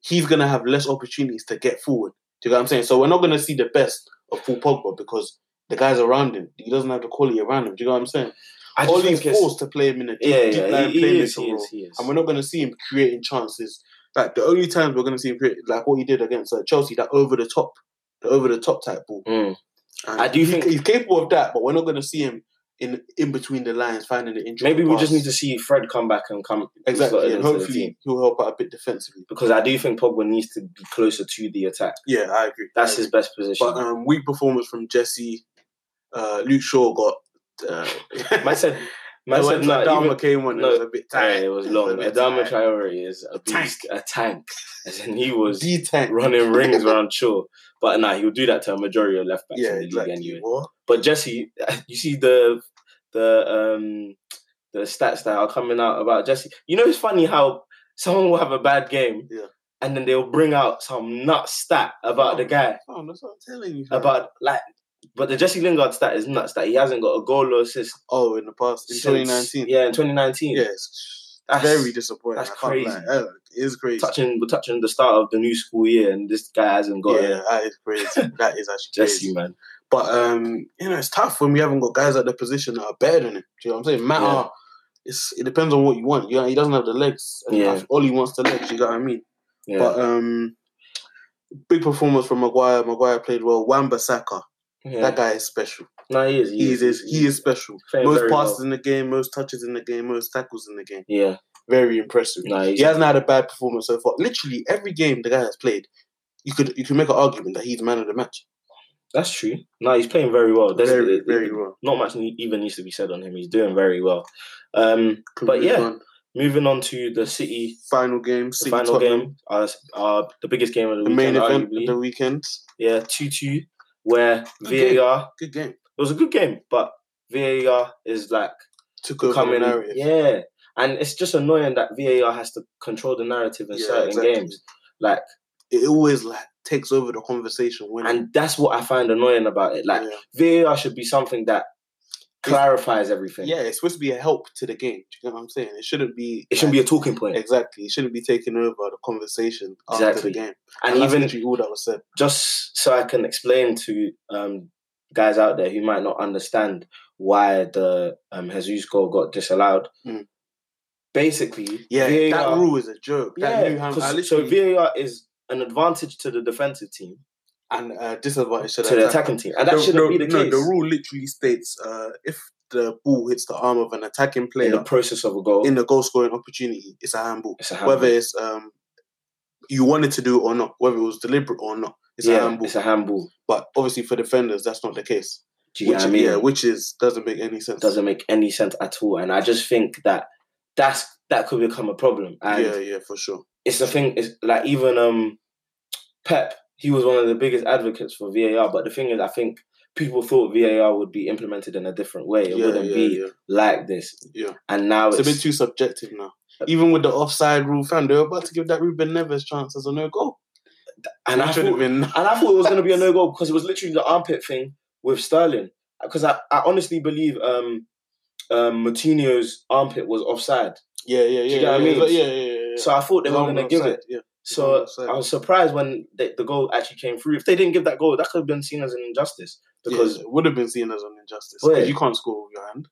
B: he's gonna have less opportunities to get forward. Do you know what I'm saying? So we're not gonna see the best of Paul Pogba because the guys around him, he doesn't have the quality around him. Do you know what I'm saying?
A: I just
B: Ollie's
A: think it's-
B: forced to play him in a deep,
A: yeah,
B: deep
A: yeah,
B: line
A: he,
B: playing
A: he,
B: this
A: is, he
B: role,
A: is, he is.
B: and we're not gonna see him creating chances. Like the only times we're gonna see him create, like what he did against uh, Chelsea, that over the top, the over the top type ball.
A: Mm.
B: And
A: I do
B: he-
A: think-
B: he's capable of that, but we're not gonna see him in in between the lines finding the injury.
A: Maybe we just need to see Fred come back and come slot
B: Exactly,
A: in
B: and
A: into the
B: hopefully
A: team.
B: he'll help out a bit defensively.
A: because I do think Pogba needs to be closer to the attack.
B: Yeah, I agree.
A: That's
B: I
A: his
B: agree.
A: best position.
B: But um, weak performance from Jesse. Uh, Luke Shaw got. Uh,
A: man said, man said,
B: it went to
A: no,
B: Adama
A: even,
B: came on.
A: no,
B: it was a bit tight.
A: Yeah, it was
B: a
A: long.
B: bit
A: Adama
B: tight.
A: Traore is a
B: Tank.
A: beast, a tank, as in he was
B: D tank.
A: running rings around Shaw. But nah, he'll do that to a majority of left backs
B: Yeah,
A: in the
B: exactly.
A: league anyway.
B: What?
A: But Jesse, you see the the um the stats that are coming out about Jesse. You know, it's funny how someone will have a bad game,
B: Yeah.
A: and then they'll bring out some nut stat about the guy
B: Oh, that's what I'm telling you. fam.
A: about like. But the Jesse Lingard stat is nuts that he hasn't got a goal or assist
B: oh, in the past in
A: since-
B: 2019.
A: Yeah, in 2019.
B: Yes.
A: That's-
B: very disappointing.
A: that's
B: I can't lie.
A: crazy.
B: Uh, It is crazy.
A: Touching, we're touching the start of the new school year, and this guy hasn't got
B: yeah,
A: a
B: that is crazy. that is actually crazy.
A: Jesse man.
B: But um, you know, it's tough when we haven't got guys at the position that are better than him. Do you know what I'm saying? Matter,
A: Yeah.
B: it's it depends on what you want. Yeah, he doesn't have the legs. And
A: Yeah.
B: all he wants the legs. You got what I mean?
A: Yeah.
B: But um, big performance from Maguire. Maguire played well. Wamba Saka,
A: yeah.
B: that guy is special.
A: no, he is.
B: He is, he is special.
A: Playing
B: most
A: very
B: passes
A: well.
B: in the game, most touches in the game, most tackles in the game.
A: Yeah.
B: Very impressive.
A: No, he's,
B: He hasn't had a bad performance so far. Literally every game the guy has played, you could you can make an argument that he's the man of the match.
A: that's true. No, he's playing very well. There's-
B: Very
A: it- it-
B: very well.
A: Not much ne- even needs to be said on him. He's doing very well. Um, But yeah.
B: Moving on.
A: moving on to the City,
B: final game,
A: the
B: City
A: final
B: Tottenham.
A: game, uh, uh, the biggest game of the,
B: the
A: weekend,
B: main event
A: arguably.
B: of the weekend.
A: yeah, two two, where
B: Okay.
A: VAR.
B: Good game.
A: It was a good game, but VAR is like
B: Took over the
A: becoming
B: narrative.
A: yeah, and it's just annoying that VAR has to control the narrative in
B: Yeah,
A: certain
B: exactly.
A: games. Like,
B: It always like takes over the conversation when
A: and that's what I find annoying about it. Like,
B: Mm. yeah.
A: VAR should be something that
B: It's-
A: clarifies everything.
B: yeah, it's supposed to be a help to the game. Do you know what I'm saying? It shouldn't be.
A: It shouldn't be a talking point.
B: exactly. It shouldn't be taking over the conversation after
A: Exactly.
B: the game.
A: and
B: that's
A: even
B: literally all that was said.
A: just so I can explain to um, guys out there who might not understand why the um, Jesus goal got disallowed.
B: Mm.
A: Basically,
B: Yeah,
A: VAR
B: that rule is a joke.
A: Yeah,
B: that new hand,
A: 'cause-
B: I
A: so
B: literally,
A: VAR is an advantage to the defensive team
B: and uh, disadvantage to
A: to the
B: attack.
A: attacking team, and that
B: No,
A: shouldn't
B: no,
A: be the
B: no,
A: case
B: the rule literally states uh, if the ball hits the arm of an attacking
A: in the
B: player
A: process of a goal.
B: in the goal scoring opportunity, it's a handball.
A: it's a
B: whether
A: handball.
B: it's um you wanted to do it or not, whether it was deliberate or not, it's
A: yeah,
B: a handball.
A: it's a handball.
B: but obviously for defenders, that's not the case.
A: Do you
B: which,
A: know what I mean?
B: Yeah, which is doesn't make any sense.
A: Doesn't make any sense at all, and I just think that that's that could become a problem. And
B: yeah, yeah, for sure.
A: it's the thing is like even um Pep, he was one of the biggest advocates for VAR, but the thing is I think people thought VAR would be implemented in a different way. It
B: yeah,
A: wouldn't
B: yeah,
A: be
B: yeah.
A: like this.
B: Yeah.
A: And now
B: It's
A: it's, Uh,
B: a bit too subjective now. Even with the offside rule, fam, they were about to give that Ruben Neves chance as a no goal.
A: and I
B: It should have
A: thought, and
B: been
A: I thought it was gonna be a no goal because it was literally the armpit thing with Sterling. Because I, I honestly believe um um Moutinho's armpit was offside.
B: yeah, yeah, yeah.
A: you
B: yeah,
A: get what I
B: yeah,
A: mean?
B: Yeah, yeah, yeah. yeah.
A: So I thought they were
B: Long
A: gonna give
B: offside,
A: it.
B: Yeah,
A: So
B: offside.
A: I was surprised when the, the goal actually came through. If they didn't give that goal, that could have been seen as an injustice.
B: because
A: Because
B: it would have been seen as an injustice.
A: Well, yeah.
B: Because you can't score with your hand.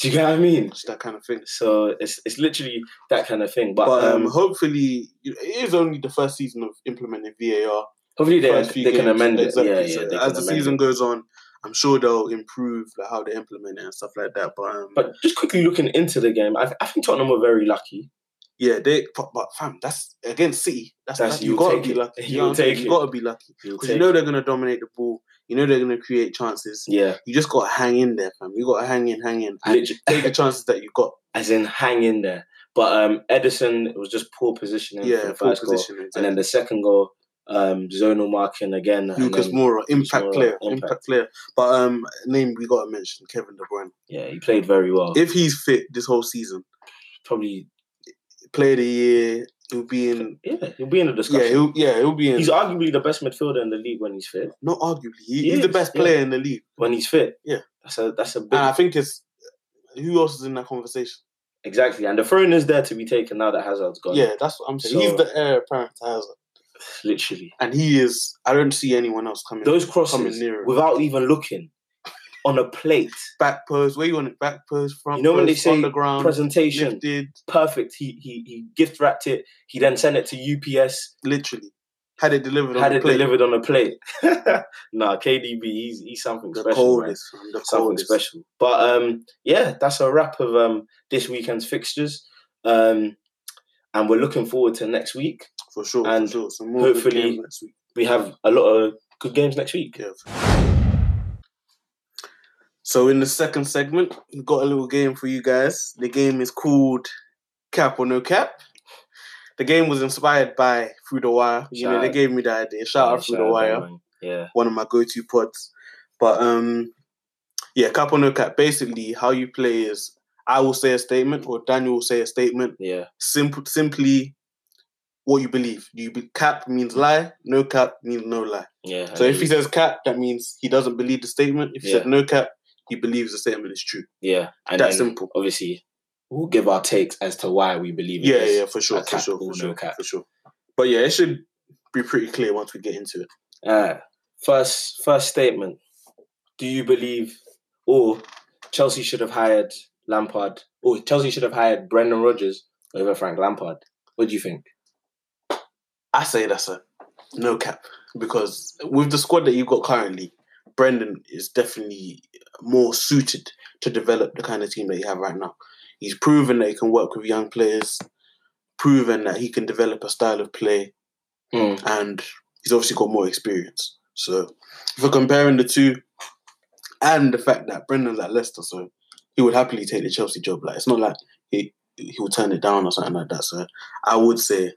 A: do you get what I mean?
B: It's that kind of thing.
A: So it's it's literally that kind of thing. But,
B: But, um,
A: um,
B: hopefully, it is only the first season of implementing VAR.
A: hopefully they,
B: first few
A: they can
B: games.
A: amend it.
B: Exactly.
A: Yeah, yeah.
B: So
A: they can
B: as the
A: amend
B: season
A: it.
B: goes on, I'm sure they'll improve like, how they implement it and stuff like that. But, um,
A: But just quickly looking into the game, I, I think Tottenham were very lucky.
B: yeah, they. But, but fam, that's against City. That's,
A: That's-
B: that's you
A: you'll
B: gotta
A: take
B: be
A: it.
B: lucky. You
A: You'll
B: know what I'm saying?
A: take
B: You
A: it.
B: gotta be lucky
A: You'll
B: because you
A: take-
B: know they're gonna dominate the ball. You know they're gonna create chances.
A: yeah,
B: You just gotta hang in there, fam. You gotta hang in, hang in, and
A: literally,
B: take the chances that you got.
A: as in hang in there. But um, Edison it was just poor positioning for
B: Yeah,
A: the
B: full
A: first goal,
B: position.
A: and
B: Exactly.
A: then the second goal, um, zonal marking again. and
B: Lucas
A: then-
B: Moura, impact
A: Moura,
B: player,
A: impact.
B: impact. player. But um, name we gotta mention Kevin De Bruyne.
A: Yeah, he played very well.
B: If he's fit this whole season,
A: Probably
B: player of the year, He'll be in.
A: Yeah, he'll be in the
B: Yeah,
A: discussion.
B: he'll, yeah, he'll be in.
A: he's arguably the best midfielder in the league when he's fit.
B: not arguably. He,
A: He
B: he's the
A: is,
B: best
A: yeah.
B: player in the league,
A: When he's fit,
B: Yeah.
A: that's a that's a big
B: and I think it's who else is in that conversation.
A: exactly. And the throne is there to be taken now that Hazard's gone.
B: Yeah, that's what I'm saying. he's
A: So-
B: the heir apparent to Hazard,
A: literally.
B: and he is. I don't see anyone else coming.
A: Those
B: Coming
A: crosses
B: nearer.
A: without even looking on a plate
B: back post. Where you want it? Back post, front.
A: You know when they
B: post,
A: say
B: on the ground,
A: presentation.
B: Um, lifted,
A: perfect. He he he gift wrapped it. He then sent it to UPS.
B: literally had it delivered. on
A: had
B: the
A: it
B: plate.
A: delivered on a plate. nah, KDB, he's he's something
B: The
A: special. man.
B: coldest, man. the
A: Something
B: coldest.
A: special. But um, yeah, that's a wrap of um this weekend's fixtures. Um, and we're looking forward to next week.
B: for sure.
A: And
B: for sure. Some more good
A: hopefully-
B: games next week.
A: We have a lot of good games next week.
B: Yeah. So in the second segment, we've got a little game for you guys. The game is called Cap or No Cap. The game was inspired by Through the Wire. You
A: Shout
B: know, they
A: out.
B: gave me the idea. Shout out Through the
A: out,
B: Wire,
A: uh, man. Yeah.
B: one of my go-to pods. But um, yeah, cap or no cap. Basically, how you play is I will say a statement or Daniel will say a statement.
A: Yeah.
B: Simple, simply what you believe. You be, cap means lie. No cap means no lie.
A: Yeah.
B: So if he says cap, that means he doesn't believe the statement. If he said
A: Yeah.
B: no cap, he believes the statement is true.
A: yeah. And
B: That's
A: then
B: simple.
A: obviously we'll give our takes as to why we believe in
B: Yeah,
A: this.
B: yeah, for sure,
A: a
B: for
A: cap
B: sure,
A: or
B: for
A: no
B: sure,
A: cap.
B: for sure. But yeah, it should be pretty clear once we get into it.
A: Uh, first first statement. Do you believe or Chelsea should have hired Lampard or Chelsea should have hired Brendan Rodgers over Frank Lampard? What do you think?
B: I say that's a no cap because with the squad that you've got currently, Brendan is definitely more suited to develop the kind of team that you have right now. He's proven that he can work with young players, proven that he can develop a style of play. and he's obviously got more experience. So if we're comparing the two, and the fact that Brendan's at Leicester, so he would happily take the Chelsea job. Like it's not like he he will turn it down or something like that. So I would say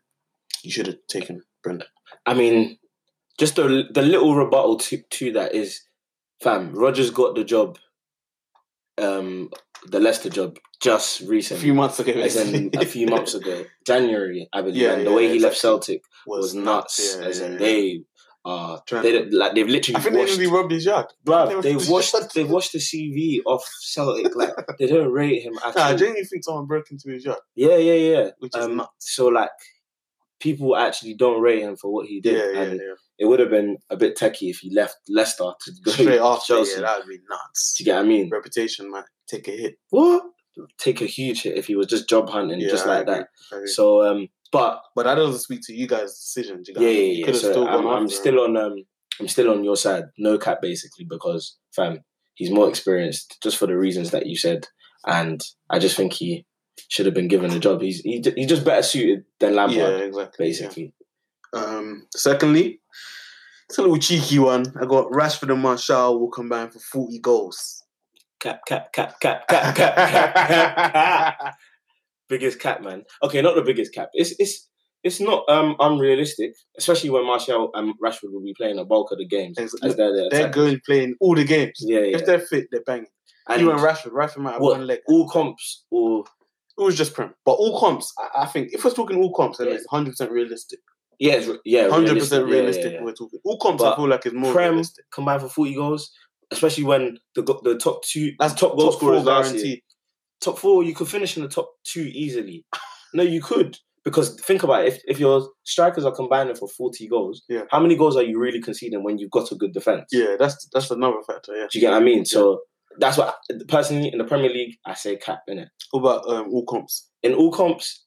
B: you should have taken Brendan.
A: I mean, just the the little rebuttal to, to that is, fam, Rodgers got the job, um, the Leicester job just
B: A
A: recently,
B: few months ago,
A: as in a few months ago, January, I believe.
B: Yeah,
A: and the
B: yeah,
A: way he left
B: exactly.
A: Celtic was nuts,
B: Yeah,
A: as
B: yeah,
A: in
B: yeah.
A: they are
B: Trying
A: they
B: to-
A: don't- like they've
B: I
A: literally
B: think
A: washed.
B: they nearly robbed his yard.
A: Bruv,
B: they
A: they
B: were-
A: washed. They washed the CV off Celtic. Like they don't rate him at
B: Nah, I
A: all.
B: genuinely think someone broke into his yard,
A: Yeah, yeah, yeah.
B: which is
A: Um,
B: nuts.
A: so like, people actually don't rate him for what he did.
B: Yeah, yeah,
A: and
B: yeah.
A: it would have been a bit techie if he left Leicester to go
B: Straight
A: to
B: after,
A: Chelsea.
B: yeah, that would be nuts.
A: do you get what I mean?
B: Reputation might take a hit.
A: What? Take a huge hit if he was just job hunting,
B: Yeah,
A: just
B: I
A: like that.
B: agree, I agree.
A: So, um, but
B: But that doesn't speak to you guys' decision. You guys
A: yeah, yeah,
B: you
A: yeah.
B: could have
A: So
B: still
A: I'm,
B: gone
A: I'm
B: after
A: still on, um, I'm still on your side. No cap, basically, because fam, he's more experienced, just for the reasons that you said, and I just think he should have been given a job. He's he, he's just better suited than
B: him.
A: Lampard,
B: Yeah, exactly.
A: basically.
B: yeah. Um, secondly, it's a little cheeky one. I got Rashford and Marshall will combine for 40 goals.
A: Cap, cap, cap, cap, cap, cap, cap, cap, cap. biggest cap, man. Okay, not the biggest cap. It's it's it's not um unrealistic, especially when Martial and Rashford will be playing a bulk of the games
B: Ex-
A: as they're there.
B: they're going playing all the games.
A: Yeah, yeah.
B: If they're fit, they're banging.
A: And
B: Even Rashford, Rashford might have
A: what,
B: one leg.
A: all comps or
B: It was just prim. But all comps, I, I think, if we're talking all comps, then it's 100% realistic.
A: yeah, it's- yeah,
B: 100% realistic,
A: yeah, yeah, yeah.
B: we're talking. All comps, I
A: But
B: feel like, is more
A: Prem
B: realistic.
A: combined for forty goals, especially when the go- the top two
B: That's
A: top goal
B: top four
A: scorers last year.
B: guaranteed.
A: Top four, you could finish in the top two easily. No, you could. Because think about it, if, if your strikers are combining for 40 goals,
B: Yeah.
A: how many goals are you really conceding when you've got a good defence?
B: Yeah, that's that's another factor, yeah.
A: Do you get what I mean? So that's what personally in the Premier League I say cap in it.
B: What about um, all comps?
A: In all comps,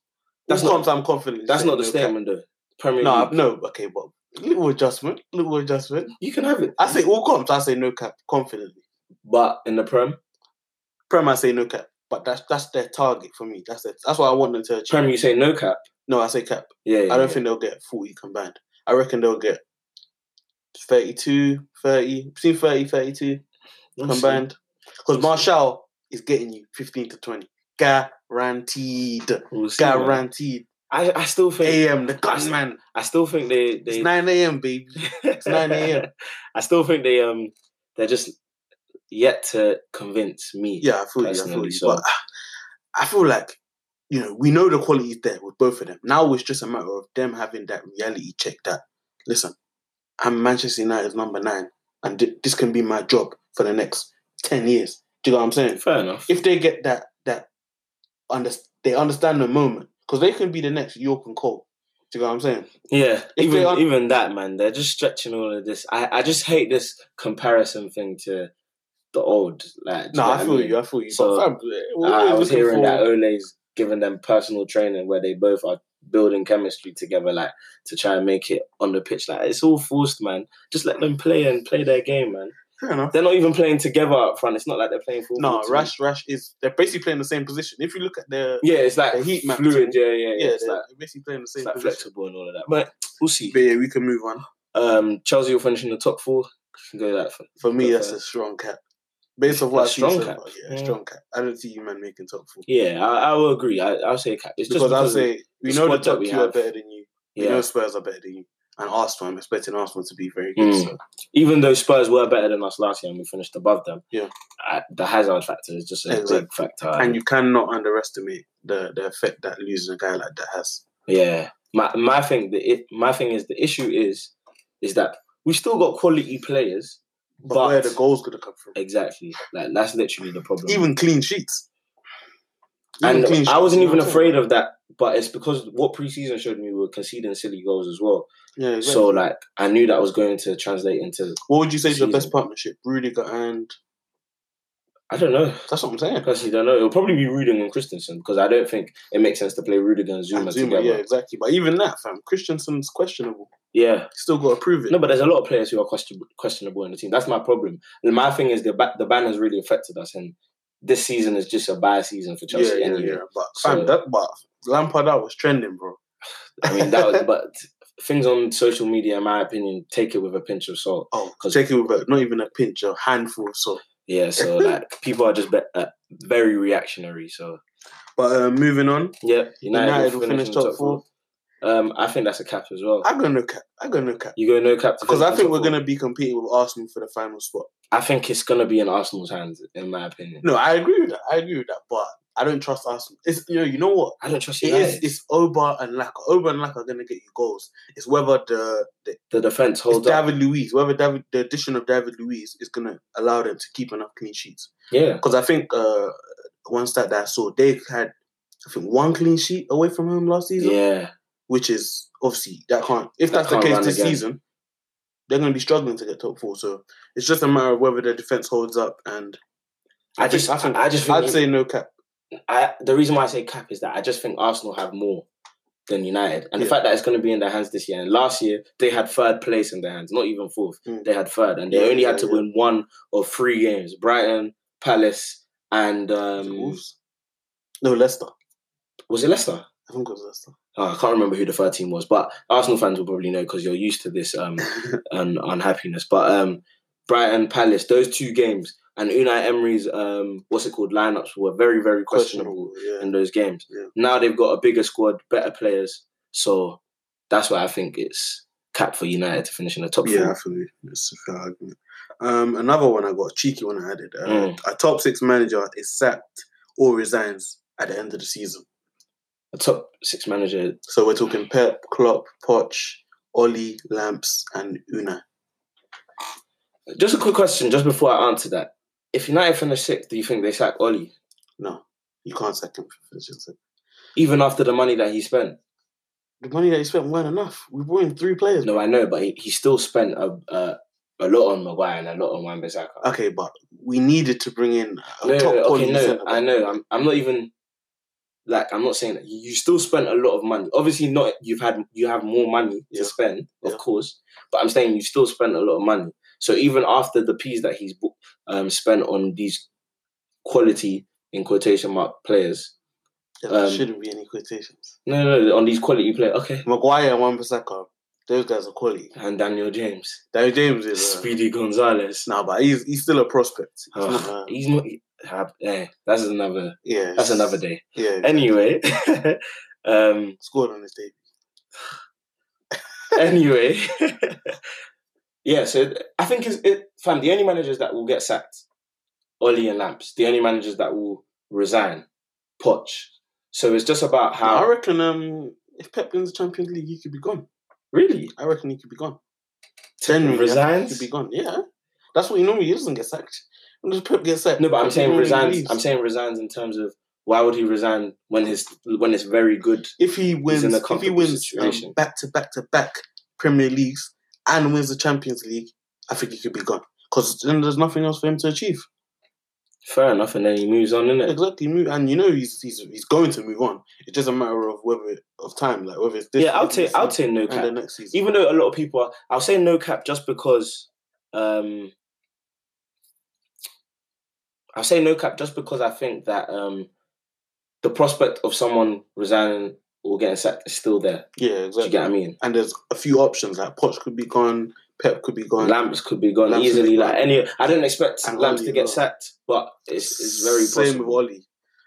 A: that's
B: That's all
A: not
B: comps, I'm confident. in
A: that's not the
B: saying no
A: statement
B: cap.
A: though. Premier
B: No,
A: League,
B: I- no, okay, but little adjustment, little adjustment.
A: you can have it.
B: I say all comps, I say no cap, confidently.
A: but in the Prem,
B: Prem, I say no cap, but that's that's their target for me. That's their, that's what I want them to achieve.
A: Prem you say no cap.
B: No, I say cap.
A: Yeah,
B: I don't think they'll get 40 combined. I reckon they'll get 32, 30, between 30, 32 combined. Because Marshall is getting you 15 to 20. Guaranteed.
A: I,
B: Guaranteed.
A: I still think
B: AM, the gunman.
A: I still think they
B: uh, It's
A: they
B: 9 a.m., baby.
A: it's
B: 9 a.m..
A: I still think they um they're just yet to convince me.
B: Yeah, I feel you. I feel
A: Personally,
B: you.
A: so-
B: But I feel like you know, we know the quality is there with both of them. Now it's just a matter of them having that reality check that, listen, I'm Manchester United's number nine, and th- this can be my job for the next 10 years. Do you know what I'm saying?
A: Fair enough.
B: If they get that, that under- they understand the moment, because they can be the next York and Cole. Do you know what I'm saying?
A: Yeah,
B: If
A: even
B: they are-
A: even that man, they're just stretching all of this. I, I just hate this comparison thing to the old. Like, do
B: No,
A: know
B: I
A: what
B: feel
A: mean?
B: you. I feel you.
A: So,
B: but fam, we're
A: I, I
B: always
A: was
B: looking
A: hearing
B: for-
A: that Ole's giving them personal training where they both are building chemistry together, like to try and make it on the pitch. Like it's all forced, man. Just let them play and play their game, man.
B: Fair enough.
A: They're not even playing together up front. It's not like they're playing full.
B: No,
A: forwards.
B: Rash Rash is they're basically playing the same position. If you look at their
A: Yeah, it's like
B: The heat map
A: fluid. Yeah, yeah,
B: yeah,
A: yeah. It's
B: they're
A: like,
B: basically playing the same
A: it's like
B: position.
A: flexible and all of that. But we'll see.
B: But yeah, we can move on.
A: Um, Chelsea will finish in the top four. Can go that far.
B: For me,
A: Go
B: that's
A: for
B: a strong cap. Based on what
A: A
B: I've seen
A: strong
B: so
A: cap?
B: far, yeah, a
A: Yeah.
B: strong cap. I don't see you man making top four
A: Yeah, I, I will agree. I, I'll say cap. It's just
B: because I'll say we know the
A: squad that
B: top
A: we
B: two are
A: have.
B: better than you. We
A: yeah.
B: know Spurs are better than you, and Arsenal. I'm expecting Arsenal to be very good.
A: Mm.
B: So
A: even though Spurs were better than us last year and we finished above them,
B: Yeah.
A: uh, the Hazard factor is just a
B: Exactly.
A: big factor.
B: and you cannot underestimate the the effect that losing a guy like that has.
A: yeah, my my thing the it, my thing is the issue is is that we still got quality players,
B: But,
A: but,
B: where the goals gonna come from?
A: exactly like that's literally the problem.
B: Even clean sheets. Even
A: and
B: clean sheets,
A: I wasn't
B: you know
A: even
B: what I'm saying?
A: afraid of that, but it's because what preseason showed me we were conceding silly goals as well.
B: Yeah, exactly.
A: So like I knew that was going to translate into
B: What would you say is the best
A: Season.
B: partnership? Rudiger and
A: I don't know.
B: that's what I'm saying.
A: Personally, don't know. It'll probably be Rudiger and Christensen because I don't think it makes sense to play Rudiger and Zuma,
B: And Zuma,
A: together.
B: yeah, exactly. But even that, fam, Christensen's questionable.
A: yeah.
B: Still got to prove it.
A: No, but there's a lot of players who are question, questionable in the team. That's my problem. And my thing is the ba- the ban has really affected us, and this season is just a bad season for
B: yeah,
A: Chelsea.
B: yeah,
A: anyway.
B: yeah. But fam,
A: So-
B: that but Lampard out was trending, bro.
A: I mean, that was, but things on social media, in my opinion, take it with a pinch of salt.
B: Oh,
A: 'Cause-
B: take it with a, not even a pinch, a handful. So,
A: Yeah, so like people are just be- uh, very reactionary. So
B: but uh, moving on,
A: yeah, United,
B: United
A: will
B: will
A: finish,
B: finish
A: in
B: top
A: top four. Um, I think that's a cap as well.
B: I gonna cap. I gonna cap
A: You go no cap to
B: because
A: finish
B: I
A: in
B: think
A: top
B: we're
A: four.
B: gonna be competing with Arsenal for the final spot.
A: I think it's gonna be in Arsenal's hands, in my opinion.
B: No, I agree with that. I agree with that. But I don't trust Arsenal. It's you know, you know what?
A: I don't trust
B: It
A: United.
B: is. It's Oba and Laka. Oba and Laka are gonna get you goals. It's whether the, the
A: the defense
B: it's
A: holds up.
B: David Luiz. Whether David the addition of David Luiz is gonna allow them to keep enough clean sheets.
A: Yeah,
B: Because I think uh, one stat that I saw, they had I think one clean sheet away from home last season,
A: yeah.
B: which is obviously that can't. If
A: That
B: that's the
A: can't
B: case
A: run
B: this
A: again.
B: season, they're gonna be struggling to get top four. So it's just a matter of whether the defense holds up. And
A: I,
B: think-
A: just, I,
B: think,
A: I just, think
B: I'd say no cap.
A: I, the reason why I say cap is that I just think Arsenal have more than United, and the
B: Yeah.
A: fact that it's going to be in their hands this year. And last year they had third place in their hands, not even fourth.
B: Mm.
A: They had third, and they
B: Yeah,
A: only had to
B: yeah, yeah.
A: win one of three games: Brighton, Palace, and
B: Is it
A: um,
B: Wolves? No, Leicester.
A: was it Leicester?
B: I think it was Leicester.
A: Oh, I can't remember who the third team was, but Arsenal fans will probably know because you're used to this um, un- unhappiness. But um, Brighton, Palace, those two games, and Unai Emery's um, what's it called lineups were very, very questionable.
B: Yeah.
A: in those games.
B: Yeah.
A: Now they've got a bigger squad, better players. So that's why I think it's cap for United to finish in the top
B: Yeah, I
A: four.
B: feel you. It's a fair argument. Um, another one I got, a cheeky one I added. Uh,
A: Mm.
B: A top six manager is sacked or resigns at the end of the season.
A: A top six manager.
B: So we're talking Pep, Klopp, Poch, Oli, Lamps, and Una.
A: Just a quick question, just before I answer that. If United finish sixth, do you think they sack Oli?
B: No, you can't sack him for finishing sixth.
A: Even after the money that he spent?
B: The money that he spent weren't enough. We brought in three players.
A: No, I know, but he, he still spent a, a a lot on Maguire and a lot on Wan Bissaka.
B: Okay, but we needed to bring in a
A: No, no,
B: top
A: no,
B: quality
A: okay, no,
B: centre back.
A: I know. I'm, I'm not even like I'm not saying that you you still spent a lot of money. Obviously, not you've had you have more money
B: Yeah.
A: to spend, of
B: Yeah.
A: course. But I'm saying you still spent a lot of money. So even after the piece that he's bo- um, spent on these quality in quotation mark players,
B: Yeah, there
A: um,
B: shouldn't be any quotations.
A: no, no, no, on these quality players, okay.
B: Maguire and Wan Bissaka, those guys are quality.
A: And Daniel James,
B: Daniel James is. Uh,
A: Speedy Gonzalez.
B: No, but he's he's still a prospect. He's
A: Ugh,
B: not, uh,
A: he's not. he- ah, eh, that's another.
B: yeah,
A: That's
B: it's-
A: another day.
B: Yeah,
A: Anyway, um,
B: scored on his day.
A: anyway, yeah. So I think it's it, fam. The only managers that will get sacked, Oli and Lamps. The only managers that will resign, Poch. So it's just about how.
B: I reckon um, if Pep wins the Champions League, he could be gone.
A: Really?
B: I reckon he could be gone. Genuinely, I think
A: Resigns?
B: He could be gone. Yeah, that's what he normally he doesn't get sacked. When does Pep get sacked?
A: No, but I'm
B: He
A: saying
B: normally
A: resigns.
B: leaves.
A: I'm saying resigns in terms of why would he resign when his when it's very good?
B: if he wins,
A: in a
B: if he
A: comfortable
B: wins um,
A: situation.
B: back to back to back Premier Leagues and wins the Champions League, I think he could be gone because then there's nothing else for him to achieve.
A: Fair enough, and then he moves on, innit?
B: Exactly, move, and you know he's, he's he's going to move on. It's just a matter of whether of time, like whether it's this.
A: Yeah, I'll
B: this
A: take
B: season
A: I'll take no
B: and the
A: cap.
B: next season.
A: Even though a lot of people, are, I'll say no cap just because. Um, I'll say no cap just because I think that um, the prospect of someone resigning or getting sacked is still there.
B: yeah,
A: Do you
B: exactly.
A: get what I mean?
B: And there's a few options like Poch could be gone, Pep could be gone.
A: Lamps could be gone
B: Lamps could
A: easily.
B: be
A: Like
B: gone.
A: any, I don't expect
B: And
A: Lamps
B: Oli
A: to
B: as
A: get
B: well.
A: sacked, but it's, it's very
B: same
A: possible.
B: with Oli.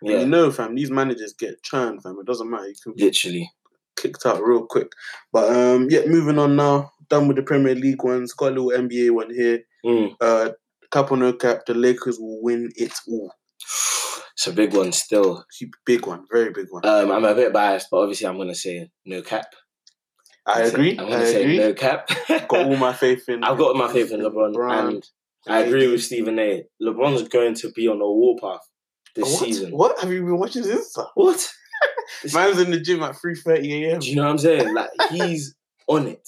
B: And
A: Yeah,
B: You know, fam, these managers get churned, fam. It doesn't matter. You can be
A: literally.
B: kicked out real quick. But um, yeah, moving on now. Done with the Premier League ones. Got a little NBA one here.
A: Mm.
B: Uh, cap or no cap, the Lakers will win it all.
A: It's a big one still.
B: Big one, very big one.
A: Um, I'm a bit biased, but obviously I'm gonna say no cap.
B: I
A: I'm say-
B: agree.
A: I'm
B: I
A: gonna say
B: agree.
A: no cap.
B: Got all my faith in.
A: I've got my faith in LeBron, and I agree with Stephen A. LeBron's going to be on a warpath this
B: what?
A: season. What?
B: What have you been watching this? stuff?
A: This-
B: Man's in the gym at three thirty a.m.
A: do you know what I'm saying? Like he's on it.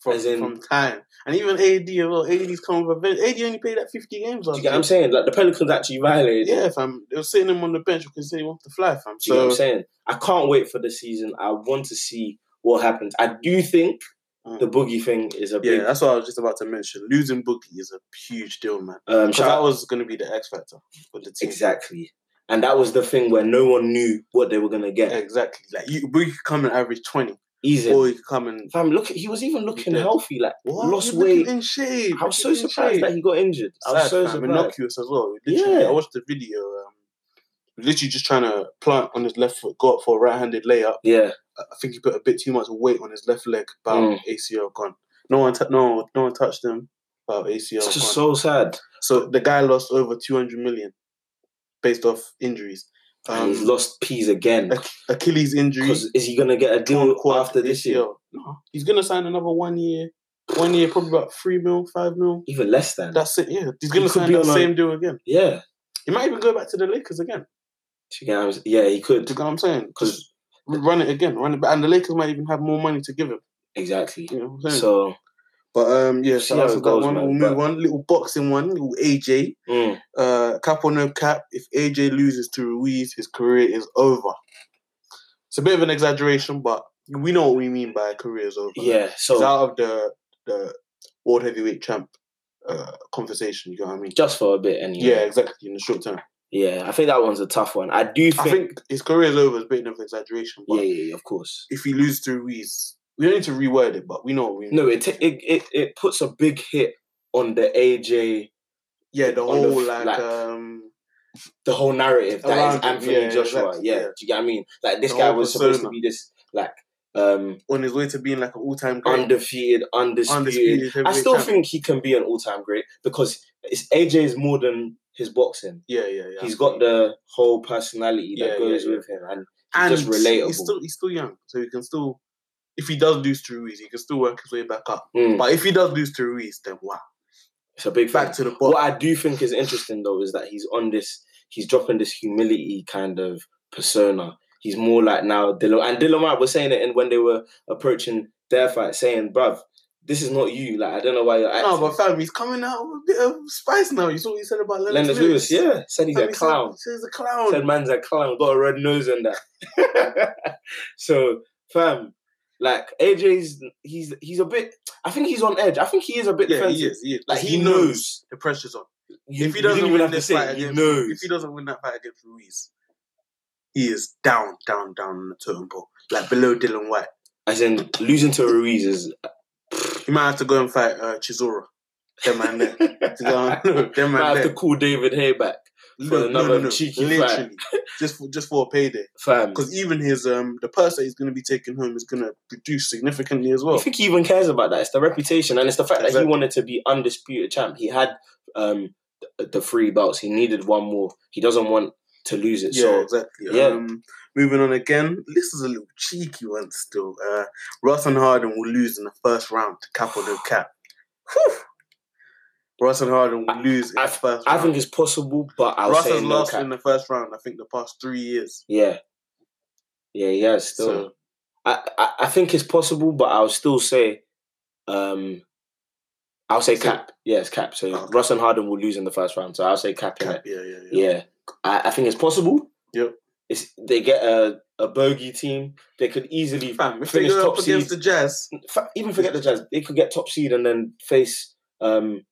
B: From,
A: as in-
B: from time, and even AD as well. AD's come with a bench. AD only played at fifty games
A: Do
B: last
A: you get what
B: year.
A: I'm saying? Like the Pelicans actually violated. it.
B: Yeah, fam. They were sitting him on the bench because he wants to fly, fam.
A: Do you know what
B: So
A: I'm saying? I can't wait for the season. I want to see what happens. I do think
B: Mm.
A: the boogie thing is a
B: Yeah,
A: big
B: that's what I was just about to mention. Losing Boogie is a huge deal, man.
A: um,
B: Because
A: shout
B: that was going to be the X factor for the team.
A: Exactly. And that was the thing where no one knew what they were gonna get.
B: Exactly. Like you, Boogie could come and average twenty,
A: Easy.
B: or he could come and
A: Fam, look, he was even looking
B: Yeah.
A: healthy, like
B: What?
A: lost
B: He's looking
A: weight.
B: in shape.
A: I was so
B: looking in
A: surprised
B: shape.
A: that he got injured. I
B: Sad,
A: was so
B: fam.
A: surprised.
B: innocuous as well. Literally,
A: Yeah.
B: I watched the video. Um, literally just trying to plant on his left foot, go up for a right-handed layup.
A: Yeah,
B: I think he put a bit too much weight on his left leg. About
A: Mm.
B: ACL gone. No one, t- no, no one touched him. About ACL
A: it's
B: gone.
A: just so sad.
B: So the guy lost over 200 million based off injuries.
A: And he's
B: Um,
A: lost peas again.
B: Ach- Achilles injury.
A: 'Cause is he gonna get a
B: torn
A: deal
B: quad,
A: after this year?
B: ACL. No, he's gonna sign another one year, one year probably about three mil, five mil.
A: Even less than.
B: That's it. Yeah, he's gonna
A: He could
B: sign
A: be
B: the
A: on a-
B: same deal again.
A: yeah.
B: He might even go back to the Lakers again.
A: Do you get what I'm s- yeah, he
B: Do you
A: could.
B: know what I'm saying? Because
A: Cause
B: run it again, run it back, and the Lakers might even have more money to give him.
A: exactly.
B: You know what I'm saying?
A: So
B: but um, yeah,
A: see
B: so
A: how
B: that's
A: it
B: that
A: goes,
B: one.
A: man,
B: we'll
A: but-
B: move on. Little boxing one, little AJ.
A: mm,
B: Uh, cap or no cap, if AJ loses to Ruiz, his career is over. It's a bit of an exaggeration, but we know what we mean by career is over.
A: yeah.
B: He's
A: So
B: out of the the world heavyweight champ uh, conversation. You know what I mean?
A: just for a bit anyway.
B: Yeah, exactly. In the short term,
A: Yeah, I think that one's a tough one. I do think,
B: I think his career is over. Is a bit of an exaggeration, but
A: yeah, yeah, yeah, of course.
B: if he loses to Ruiz, we don't need to reword it, but we know what we mean.
A: No, it, ta- it it it puts a big hit on the AJ,
B: yeah, the
A: on the
B: whole
A: f-
B: like,
A: like,
B: um,
A: the whole narrative that is
B: Around him,
A: Anthony
B: yeah,
A: Joshua.
B: exactly,
A: yeah,
B: yeah.
A: do you get what I mean? Like this
B: The
A: guy
B: whole
A: was supposed to
B: persona.
A: be this like um
B: on his way to being like an all time great,
A: undefeated, undisputed.
B: undisputed.
A: I
B: heavyweight
A: still
B: champ.
A: think he can be an all-time great because it's AJ is more than his boxing.
B: yeah, yeah, yeah.
A: He's got the whole personality that
B: Yeah,
A: goes
B: yeah, yeah.
A: with him, and he's just relatable.
B: He's still he's still young, so he can still. If he does lose to Ruiz, he can still work his way back up.
A: Mm,
B: But if he does lose to Ruiz, then wow.
A: it's a big
B: Back
A: fact.
B: to the bottom.
A: What I do think is interesting though is that he's on this, he's dropping this humility kind of persona. He's more like now Dilo and Dylan White was saying it and when they were approaching their fight, saying, Bruv, this is not you. Like I don't know why you're acting.
B: No, but fam, he's coming out with a bit of spice now. You saw what he said about Leonard,
A: Leonard Lewis, yeah, said he's
B: Fam,
A: a
B: he said-
A: clown.
B: said he's a clown.
A: Said man's a clown, got a red nose and that. so, fam, like AJ's he's he's a bit I think he's on edge. I think he is a bit
B: yeah, he
A: defensive.
B: is. He is.
A: Like
B: But
A: he, knows.
B: the pressure's on.
A: You,
B: if he
A: you
B: doesn't
A: didn't
B: win
A: even have to
B: this
A: say
B: fight
A: it, he
B: against,
A: knows.
B: if he doesn't win that fight against Ruiz, he is down, down, down on the totem pole, like below Dylan White.
A: As in losing to Ruiz is
B: He might have to go and fight uh, Chisora. Them man there.
A: I
B: You know what I mean? Them man
A: have to
B: there.
A: call David Hay back,
B: No,
A: for
B: no,
A: another
B: no, no.
A: cheeky
B: Literally, just for, just for a payday.
A: fam.
B: Because even his um, the purse that he's going to be taking home is going to reduce significantly as
A: You
B: well.
A: think he even cares about that? It's the reputation, and it's the fact that he
B: Exactly.
A: wanted to be undisputed champ. He had um, th- the three belts. He needed one more. He doesn't want to lose it.
B: Yeah,
A: so
B: exactly.
A: yeah.
B: Um, moving on again. This is a little cheeky one still. Uh, Ross and Harden will lose in the first round to cap or no cap. Whew. Russ and Harden will lose in
A: I-
B: the first
A: I
B: round.
A: think it's possible, but I'll
B: Russ
A: say
B: has
A: no
B: lost
A: cap.
B: in the first round, I think, the past three years.
A: Yeah, yeah, yeah. Still,
B: So,
A: I, I, I think it's possible, but I'll still say, um, I'll say
B: So-
A: cap. Yeah, it's cap. So
B: Okay.
A: Russ and Harden will lose in the first round. So I'll say cap. innit?
B: cap, yeah, yeah, yeah.
A: Yeah, I, I think it's possible.
B: Yep.
A: It's they get a a bogey team. They could easily
B: Fam, if they
A: Finish
B: go
A: top
B: up against
A: seed.
B: the Jazz,
A: fa- even forget the Jazz. They could get top seed and then face, um,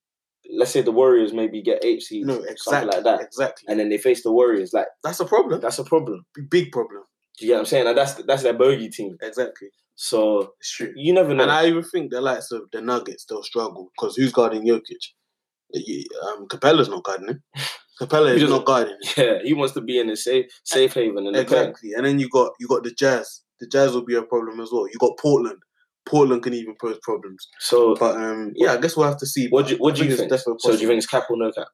A: let's say the Warriors maybe get eight seed,
B: no, exactly,
A: something like that,
B: exactly.
A: and then they face the Warriors. Like
B: That's a problem.
A: that's a problem.
B: Big problem.
A: Do you get what I'm saying? Like, that's that's their bogey team.
B: Exactly.
A: So
B: It's true.
A: you never know.
B: And I even think the likes of the Nuggets they'll struggle because who's guarding Jokic? You- Um, Capella's not guarding him. Capella
A: He
B: is
A: doesn't-
B: not guarding him.
A: yeah, he wants to be in a safe safe haven and exactly.
B: Exactly. And then you got you got the Jazz. The Jazz will be a problem as well. You got Portland. Portland can even pose problems.
A: So
B: But um, yeah, I guess we'll have to see.
A: what do you, what do
B: I
A: you
B: think
A: think?
B: it's
A: So
B: definitely
A: do you think it's cap or no cap?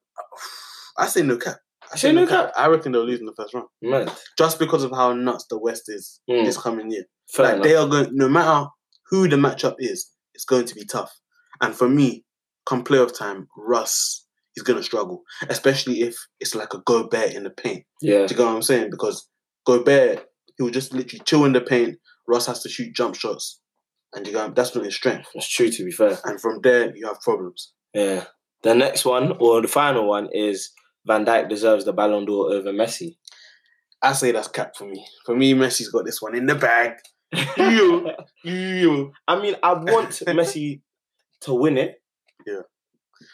B: I say no cap. I
A: Say no cap.
B: I reckon they'll lose in the first round
A: Mad.
B: just because of how nuts the West is
A: Mm,
B: this coming year.
A: fair
B: like
A: enough.
B: they are going, no matter who the matchup is, it's going to be tough. And for me, come playoff time, Russ is going to struggle, especially if it's like a Gobert in the paint.
A: yeah,
B: Do you get what I'm saying? Because Gobert, he will just literally chill in the paint. Russ has to shoot jump shots, and you got that's not his strength.
A: that's true. To be fair,
B: And from there, you have problems.
A: yeah. The next one or the final one is Van Dijk deserves the Ballon d'Or over Messi.
B: I say that's cap for me. For me, Messi's got this one in the bag. You. You.
A: I mean, I want Messi to win it.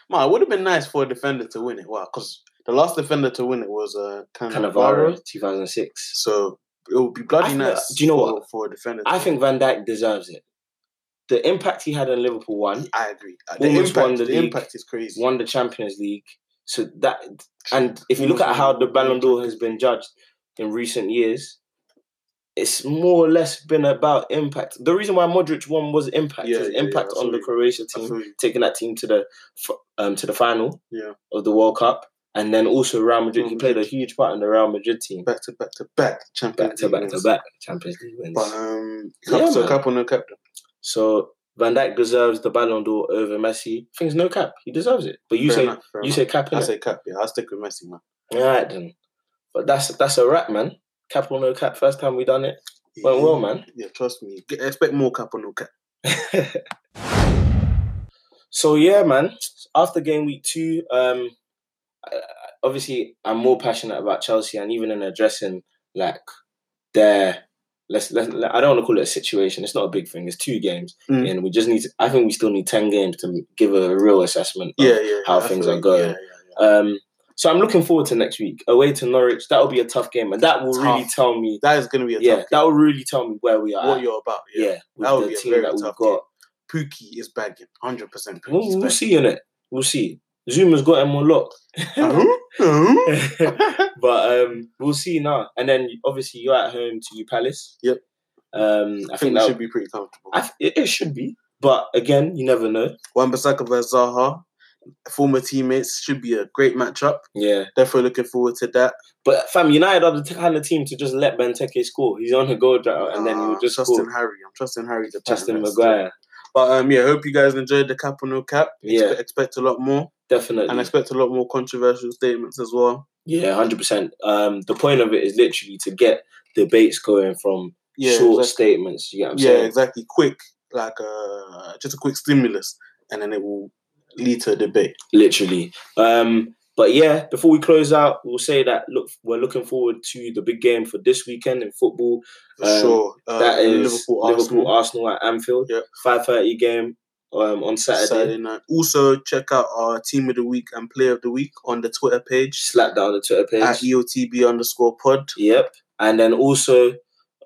B: Man, it would have been nice for a defender to win it. Wow, because the last defender to win it was uh, Cannavaro.
A: Cannavaro, 2006.
B: So it would be bloody
A: I think-
B: nice.
A: do you know
B: for,
A: what?
B: For a defender,
A: I
B: to
A: think Van Dijk deserves it. The impact he had in Liverpool
B: win.
A: one
B: I agree. Uh, The
A: Almost won
B: impact,
A: the
B: the,
A: league.
B: impact is crazy.
A: won the Champions League. So that, and if you look at
B: Mm-hmm.
A: how the Ballon d'Or has been judged in recent years, it's more or less been about impact. The reason why Modric won was impact.
B: Yeah,
A: His
B: yeah, yeah,
A: impact
B: I
A: on
B: saw
A: the
B: you.
A: Croatia
B: I
A: team,
B: feel you.
A: taking that team to the f- um to the final
B: Yeah. Mm-hmm.
A: of the World Cup, and then also Real Madrid. He
B: Real
A: played a huge part in the Real Madrid team.
B: Back to back to back Champions
A: Back to
B: League
A: back to
B: wins.
A: back Champions League wins.
B: But um,
A: Yeah,
B: cap, so
A: man.
B: cap or no cap?
A: So Van Dijk deserves the Ballon d'Or over Messi. Things no cap. He deserves it. But you
B: Fair
A: say
B: enough, fair
A: you
B: enough.
A: say cap.
B: I
A: innit?
B: say cap. Yeah, I'll stick with Messi, man.
A: All right then. But that's that's a wrap, man. Cap or no cap. First time we done it. Went well, man.
B: Yeah, trust me. Get- Expect more cap or no cap.
A: so yeah, man. After game week two, um, I- obviously I'm more passionate about Chelsea, and even in addressing like their let's let us I don't want to call it a situation. It's not a big thing. It's two games,
B: Mm.
A: and we just need. To, I think we still need ten games to give a real assessment. of
B: Yeah, yeah.
A: Oh, how
B: yeah, I
A: things
B: feel
A: are
B: you.
A: going.
B: Yeah, yeah, yeah.
A: Um, so I'm looking forward to next week away to Norwich. That will be a tough game, and that will
B: Tough.
A: really tell me.
B: That is going to be a
A: Yeah,
B: tough
A: that will really tell me where we are.
B: what
A: at.
B: you're about.
A: yeah,
B: Yeah.
A: with
B: That would
A: the
B: be a
A: team
B: very
A: that we've
B: tough
A: got.
B: Pookie is bagging. 100%
A: We'll,
B: Pookie's
A: we'll
B: bagging.
A: see in it. We'll see. Zuma's got him on lock,
B: Uh-huh, uh-huh.
A: but um, we'll see now. And then obviously you're at home to you Palace.
B: Yep.
A: Um, I,
B: I
A: think
B: think we
A: that
B: should be pretty comfortable.
A: I th- it, it should be, but again, you never know.
B: Wan Bissaka versus Zaha, former teammates, should be a great matchup.
A: Yeah.
B: Definitely looking forward to that.
A: But fam, United are the t- kind of team to just let Benteke score. He's on a goal drought, and then
B: Uh,
A: he'll just
B: trusting
A: score.
B: Harry. I'm trusting Harry to
A: Justin
B: turn that still.
A: Maguire,
B: But um, yeah, hope you guys enjoyed the cap or no cap.
A: Yeah.
B: Expe- expect a lot more,
A: definitely.
B: and expect a lot more controversial statements as well.
A: Yeah, hundred percent. Um, the point of it is literally to get debates going from
B: Yeah,
A: short
B: exactly.
A: statements. You know what I'm
B: yeah,
A: saying?
B: exactly. Quick, like uh, just a quick stimulus, and then it will lead to a debate.
A: literally. Um, but yeah, before we close out, we'll say that look, we're looking forward to the big game for this weekend in football.
B: For
A: Um,
B: sure. Uh,
A: That is
B: Liverpool, Arsenal,
A: Arsenal at Anfield,
B: Yep.
A: five thirty game um, on Saturday.
B: Saturday night. Also, check out our team of the week and player of the week on the Twitter page
A: Slap down the Twitter page.
B: at E EOTB underscore pod.
A: Yep. And then also,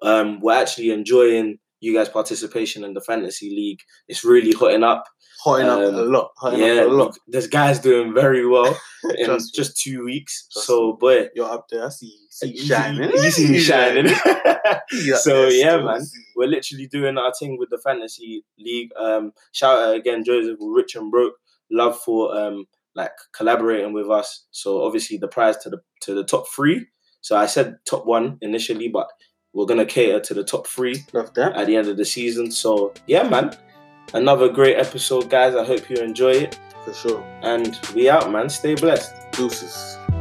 A: um, we're actually enjoying you guys' participation in the fantasy league. It's really hotting up.
B: Hotting up
A: Um,
B: a lot. Hotting
A: yeah,
B: up a lot.
A: there's guys doing very well in
B: Trust me.
A: just two weeks.
B: Trust
A: so, boy,
B: You're up there. I see you. See
A: you
B: you shining.
A: you see me shining.
B: You up
A: So,
B: there
A: yeah,
B: still.
A: man. we're literally doing our thing with the fantasy league. Um, shout out again, Joseph with Rich and Brooke. Love for um like collaborating with us. So obviously the prize to the to the top three. So I said top one initially, but we're gonna cater to the top three
B: Love that.
A: at the end of the season. So yeah, man, another great episode, guys. I hope you enjoy it,
B: For sure.
A: and we out, man. Stay blessed.
B: Deuces.